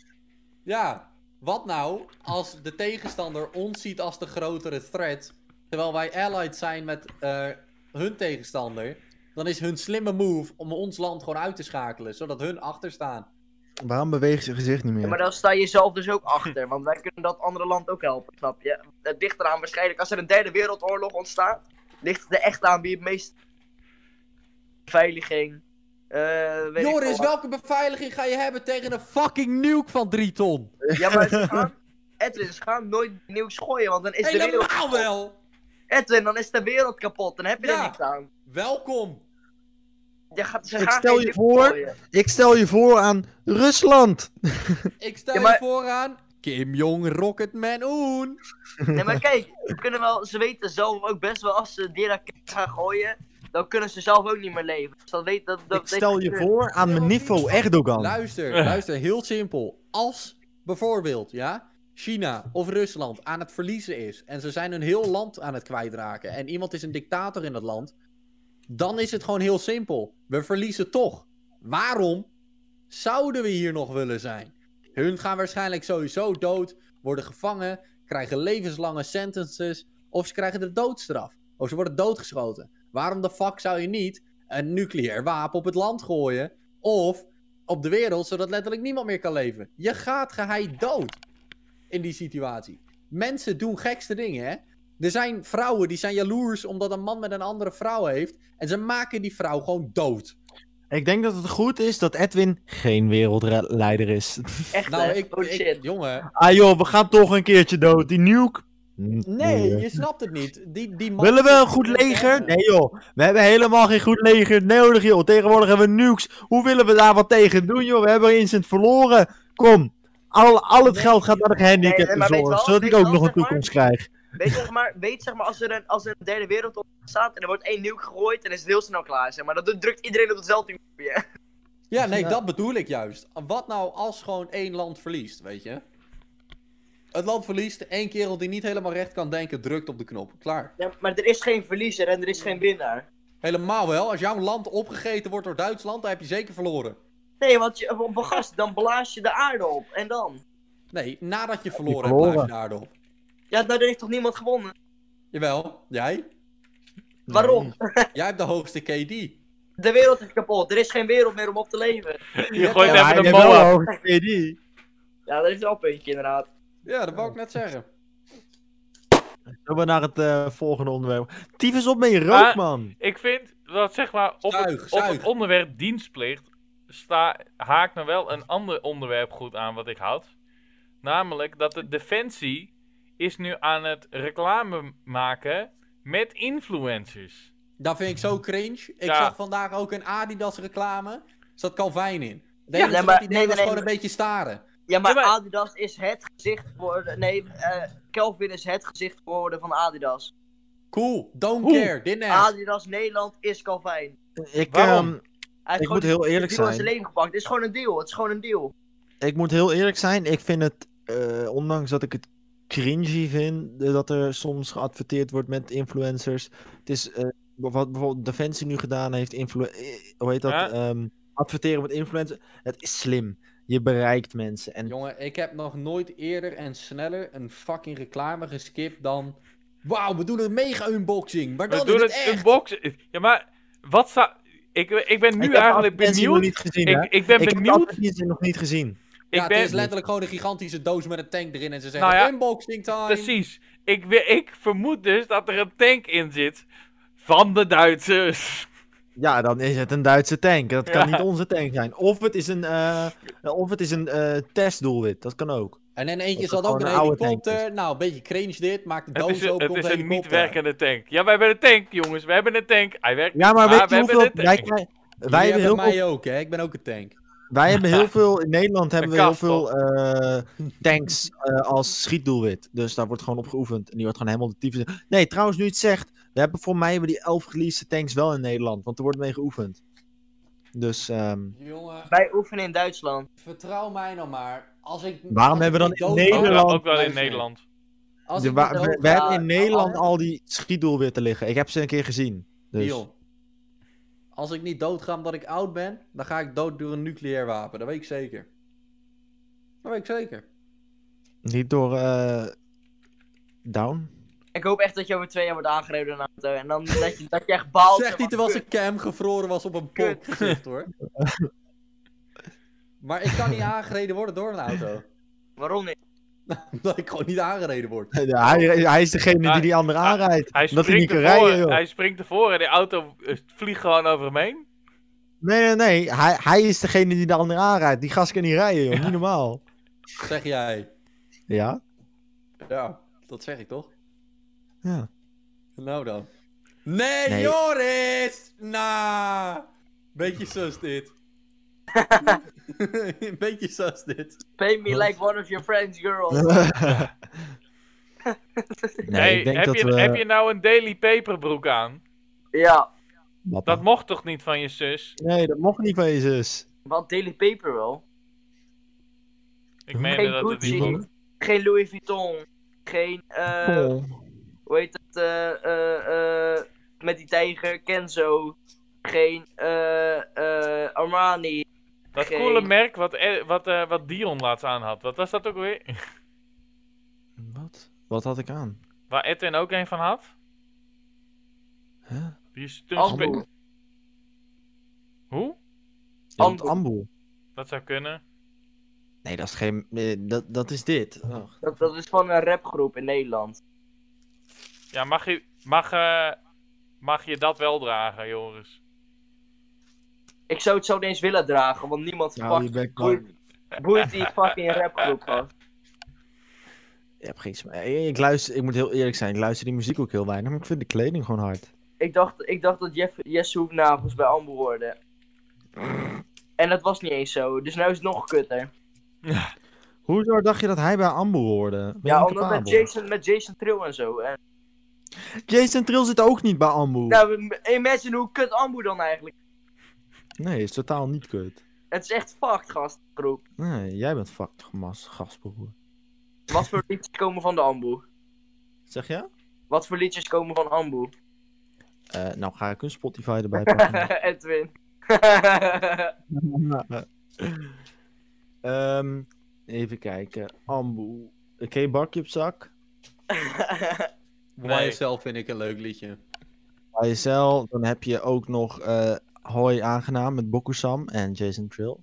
C: Ja, wat nou als de tegenstander ons ziet als de grotere threat, terwijl wij allied zijn met eh, hun tegenstander, dan is hun slimme move om ons land gewoon uit te schakelen, zodat hun achterstaan.
A: Waarom beweegt zijn gezicht niet meer?
D: Ja, maar dan sta je zelf dus ook achter, want wij kunnen dat andere land ook helpen, snap je? Het ligt eraan waarschijnlijk, als er een derde wereldoorlog ontstaat, ligt het er echt aan wie het meest... Beveiliging, eh weet ik
C: Joris,
D: veel wat.
C: welke beveiliging ga je hebben tegen een fucking nuke van 3 ton?
D: Ja, maar ze gaan... Edwin, ze gaan nooit nieuws gooien, want dan is de wereld...
C: Helemaal wel!
D: Edwin, dan is de wereld kapot, dan heb je
C: Ja.
D: er niks aan.
C: Welkom!
D: Je gaat, ze
A: Ik
D: gaan
A: stel je
D: geen nieuws
A: voor-
D: gooien.
A: Ik stel je voor aan Rusland.
C: Ik stel
D: Ja, maar-
C: je vooraan, Kim Jong Rocketman Oen!
D: Nee, maar kijk, we kunnen wel, ze weten zelf ook best wel, als ze die raket gaan gooien, dan kunnen ze zelf ook niet meer leven. Dus dat weet... Dat, dat,
A: Ik stel je
D: dat-
A: voor aan Menifo Erdogan.
C: Luister, luister, heel simpel. Als bijvoorbeeld, ja, China of Rusland aan het verliezen is en ze zijn een heel land aan het kwijtraken en iemand is een dictator in dat land, dan is het gewoon heel simpel. We verliezen toch. Waarom zouden we hier nog willen zijn? Hun gaan waarschijnlijk sowieso dood, worden gevangen, krijgen levenslange sentences of ze krijgen de doodstraf. Of ze worden doodgeschoten. Waarom de fuck zou je niet een nucleair wapen op het land gooien. Of op de wereld, zodat letterlijk niemand meer kan leven. Je gaat geheid dood in die situatie. Mensen doen gekste dingen, hè? Er zijn vrouwen die zijn jaloers omdat een man met een andere vrouw heeft. En ze maken die vrouw gewoon dood.
A: Ik denk dat het goed is dat Edwin geen wereldleider is.
D: Echt,
C: Nou,
D: hè?
C: ik,
D: oh shit.
C: ik, jongen,
A: Ah joh, we gaan toch een keertje dood. Die nuke.
C: Nee, je snapt het niet. Die, die man-
A: Willen we een goed leger? Nee joh, we hebben helemaal geen goed leger nodig joh. Tegenwoordig hebben we nukes. Hoe willen we daar wat tegen doen joh? We hebben instant verloren. Kom, al, al het geld gaat naar de
D: nee, maar weet je
A: gehandicaptenzorg,
D: wel-
A: zodat ik
D: weet je
A: ook
D: wel,
A: nog een
D: zeg maar-
A: toekomst krijg.
D: Weet zeg maar, weet zeg maar als, er een, als er een derde wereldoorlog staat en er wordt één nuke gegooid, dan is het heel snel klaar. Zeg maar. Dat doet- drukt iedereen op hetzelfde knopje.
C: Ja, nee,
A: Ja.
C: dat bedoel ik juist. Wat nou als gewoon één land verliest, weet je? Het land verliest, één kerel die niet helemaal recht kan denken, drukt op de knop. Klaar.
D: Ja, maar er is geen verliezer en er is geen winnaar.
C: Helemaal wel. Als jouw land opgegeten wordt door Duitsland, dan heb je zeker verloren.
D: Nee, want je, want, gast, dan blaas je de aarde op. En dan?
C: Nee, nadat je verloren hebt,
A: verloren.
C: blijf je daar op.
D: Ja, nou, dan heeft toch niemand gewonnen?
C: Jawel, jij?
D: Waarom?
C: Jij hebt de hoogste KD.
D: De wereld is kapot. Er is geen wereld meer om op te leven.
B: Je gooit
A: Ja,
B: even
A: hij
B: een
A: heeft wel
B: MOA.
A: een hoge KD.
D: Ja, dat is wel een puntje inderdaad.
C: Ja, dat wou ik net zeggen.
A: Zullen we naar het eh, volgende onderwerp. Tyfus op met je rook
B: Maar-
A: man.
B: Ik vind dat zeg maar op,
C: Zuig,
B: het, op het
C: zuig.
B: onderwerp dienstplicht sta, haakt me wel een ander onderwerp goed aan wat ik had. Namelijk dat de defensie is nu aan het reclame maken met influencers.
C: Dat vind ik zo cringe. Ik
B: Ja.
C: zag vandaag ook een Adidas reclame. Dus Zat Calvin in.
D: Ja,
C: Nee,
D: nee,
C: ja,
D: maar-
C: maar, idee
D: nee,
C: was
D: nee,
C: gewoon
D: nee.
C: een beetje staren.
D: Ja, maar
B: Ja, maar-
D: Adidas is het gezicht geworden. Nee, eh, Kelvin is het gezicht geworden van Adidas.
C: Cool, don't
A: Oeh.
C: care, dit net.
D: Adidas Nederland is Calvin.
A: Ik, ehm,
B: Waarom?
D: Hij heeft
A: ik
D: gewoon
A: moet heel
D: een
A: eerlijk
D: deal aan zijn
A: zijn.
D: leven gepakt. Het is gewoon een deal. Het is gewoon een deal.
A: Ik moet heel eerlijk zijn. Ik vind het, eh, ondanks dat ik het cringy vind, eh, dat er soms geadverteerd wordt met influencers. Het is eh, wat bijvoorbeeld Defensie nu gedaan heeft, influ- eh, hoe heet dat?
B: Ja.
A: Ehm, adverteren met influencers. Het is slim. Je bereikt mensen. En
C: Jongen, ik heb nog nooit eerder en sneller een fucking reclame geskipt dan... Wauw, we doen een mega-unboxing, maar
B: We
C: dan
B: doen
C: is het
B: het
C: echt.
B: unboxen. Ja, maar wat zou... Ik, ik ben nu
A: Ik heb
B: eigenlijk
A: advertentie nog
B: benieuwd.
A: niet gezien, hè?
B: Ik, ik ben
A: ik heb de
B: benieuwd.
A: advertentie nog niet gezien.
C: ja,
B: Ik ben,
C: het is letterlijk gewoon een gigantische doos met een tank erin en ze zeggen
B: Nou ja,
C: unboxing time.
B: Precies. Ik, we- ik vermoed dus dat er een tank in zit van de Duitsers.
A: Ja, dan is het een Duitse tank. Dat kan
B: Ja.
A: niet onze tank zijn. Of het is een, eh, of het is een eh, testdoelwit. Dat kan ook.
C: En in eentje
A: Dat
C: zat
A: het
C: ook een
A: gewoon een oude dus.
C: helikopter. Nou, een beetje cringe dit, maakt de
B: Het
C: doos
B: is, een-
C: open,
B: het
C: komt
B: is
C: de
B: een niet
C: helikopter.
B: werkende tank. Ja, wij hebben een tank, jongens. We hebben een tank. Hij werkt.
A: Ja, maar
B: Maar
A: weet je
B: we hebben
A: hoeveel...
B: een
A: Wij,
B: tank.
A: krijgen- wij
C: Wij
A: hebben heel veel
C: mij ook, hè. Ik ben ook een tank.
A: Wij hebben heel veel, in Nederland hebben we heel
B: kast,
A: veel eh, tanks eh, als schietdoelwit. Dus daar wordt gewoon op geoefend. En die wordt gewoon helemaal de tyfus. Nee, trouwens, nu je het zegt, we hebben voor mij hebben die elf geleased tanks wel in Nederland. Want er wordt mee geoefend. Dus, ehm,
C: Jongen,
D: Wij oefenen in Duitsland.
C: vertrouw mij nou maar. Als ik,
A: Waarom hebben we dan in
B: Ook wel-
A: Nederland.
B: Ook wel in
C: luister.
B: Nederland.
C: Als
A: de
C: ik
A: wa-
C: niet
A: we,
C: dood
A: we
C: ga-
A: hebben in Nederland
C: Al-
A: al die schietdoelwitten liggen. Ik heb ze een keer gezien. Dus,
C: Dion, Als ik niet dood ga omdat ik oud ben, dan ga ik dood door een nucleair wapen. Dat weet ik zeker. Dat weet ik zeker.
A: niet door eh, Down.
D: Ik hoop echt dat je over twee jaar wordt aangereden in een auto. En dan dat je, dat je echt baalt.
C: Zegt hij terwijl zijn cam gevroren was op een
D: Kut.
C: gezicht hoor. maar ik kan niet aangereden worden door een auto.
D: Waarom niet?
C: Omdat ik gewoon niet aangereden word.
A: Ja, hij, hij is degene
B: Ah,
A: die die ander
B: ah,
A: aanrijdt.
B: Hij
A: Omdat hij niet
B: springt,
A: kan
B: ervoor,
A: rijden, joh.
B: hij springt ervoor en die auto eh, vliegt gewoon over hem heen.
A: Nee, nee, nee. Hij, hij is degene die de ander aanrijdt. Die gast kan niet rijden, joh. Niet normaal.
C: Zeg jij.
A: Ja?
C: Ja, dat zeg ik toch?
A: Ja.
C: Nou dan. Nee,
A: Nee.
C: Joris! Nou. Beetje sus dit. Beetje sus dit.
D: Pay me like one of your friends, girls.
A: nee,
B: Hey,
A: ik denk
B: heb,
A: dat
B: je,
A: we...
B: heb je nou een daily paper broek aan?
D: Ja,
A: Wat
B: Dat
A: dan?
B: mocht toch niet van je zus?
A: Nee, dat mocht niet van je zus.
D: want Daily Paper wel.
B: Ik meen
D: Geen
B: dat het
D: Gucci,
B: niet mocht.
D: geen Louis Vuitton, geen, eh,
A: Oh.
D: hoe heet het, eh, eh, eh, met die tijger, Kenzo, geen, eh, eh, Armani.
B: Dat
D: Geen-
B: coole merk wat, eh, wat, eh, wat Dion laatst aan had. Wat was dat ook weer?
A: Wat? Wat had ik aan?
B: Waar Edwin ook een van had?
A: Huh?
B: Die is toen
D: Alsboer.
B: spe- Hoe?
A: Want
D: Amber.
A: Amboe.
B: Dat zou kunnen.
A: Nee, dat is geen. eh, Dat, dat is dit. Oh.
D: Dat, dat is van een rapgroep in Nederland.
B: Ja, mag je, mag, eh, mag je dat wel dragen, Joris?
D: Ik zou het zo niet eens willen dragen, want niemand
A: Nou, je,
D: pakt,
A: bent
D: boeit,
A: bang.
D: boeit die fucking rapgroep gast.
A: je hebt geen sma- eh, Ik luister, ik moet heel eerlijk zijn, ik luister die muziek ook heel weinig, maar ik vind de kleding gewoon hard.
D: Ik dacht, ik dacht dat Jeff, Jesse Hoefnagels bij Amber hoorde. En dat was niet eens zo, dus nu is het nog kutter.
A: Hoezo dacht je dat hij bij Amboe hoorde? Ben je
D: Ja, omdat
A: incapabel?
D: met Jason, met Jason Trill en zo. En,
A: Jason Trill zit ook niet bij Amboe.
D: nou, m- imagine hoe kut Amber dan eigenlijk.
A: Nee, is totaal niet kut.
D: Het is echt fucked, gast, groep.
A: Nee, jij bent fucked, gemas, gastbroer.
D: Wat voor liedjes komen van de Amboe?
A: Zeg je?
D: Wat voor liedjes komen van Amboe?
A: Eh, nou ga ik een Spotify erbij pakken.
D: Edwin.
A: Ehm, even kijken. Amboe. Oké, bakje op zak.
E: By
B: Nee.
E: Yourself vind ik een leuk liedje.
A: ASL. Dan heb je ook nog eh Hoi Aangenaam met Bokusam en Jason Trill.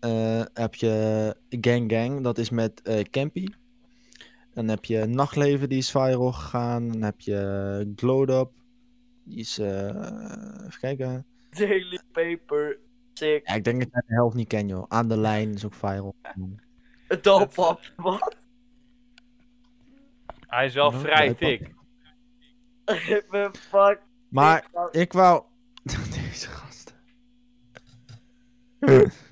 A: Eh, heb je Gang Gang, dat is met eh Campy. Dan heb je Nachtleven, die is viral gegaan. Dan heb je Glowed Up. Die is, eh, even kijken.
D: Daily Paper. Sick.
A: Ja, ik denk dat jij de helft niet ken, joh. Aan de lijn is ook viral. gegaan.
D: Dalpap. Wat?
B: Hij is wel
A: Ja,
B: vrij
A: hij
B: dik.
D: The fuck?
A: Maar ik wou... Deze gasten.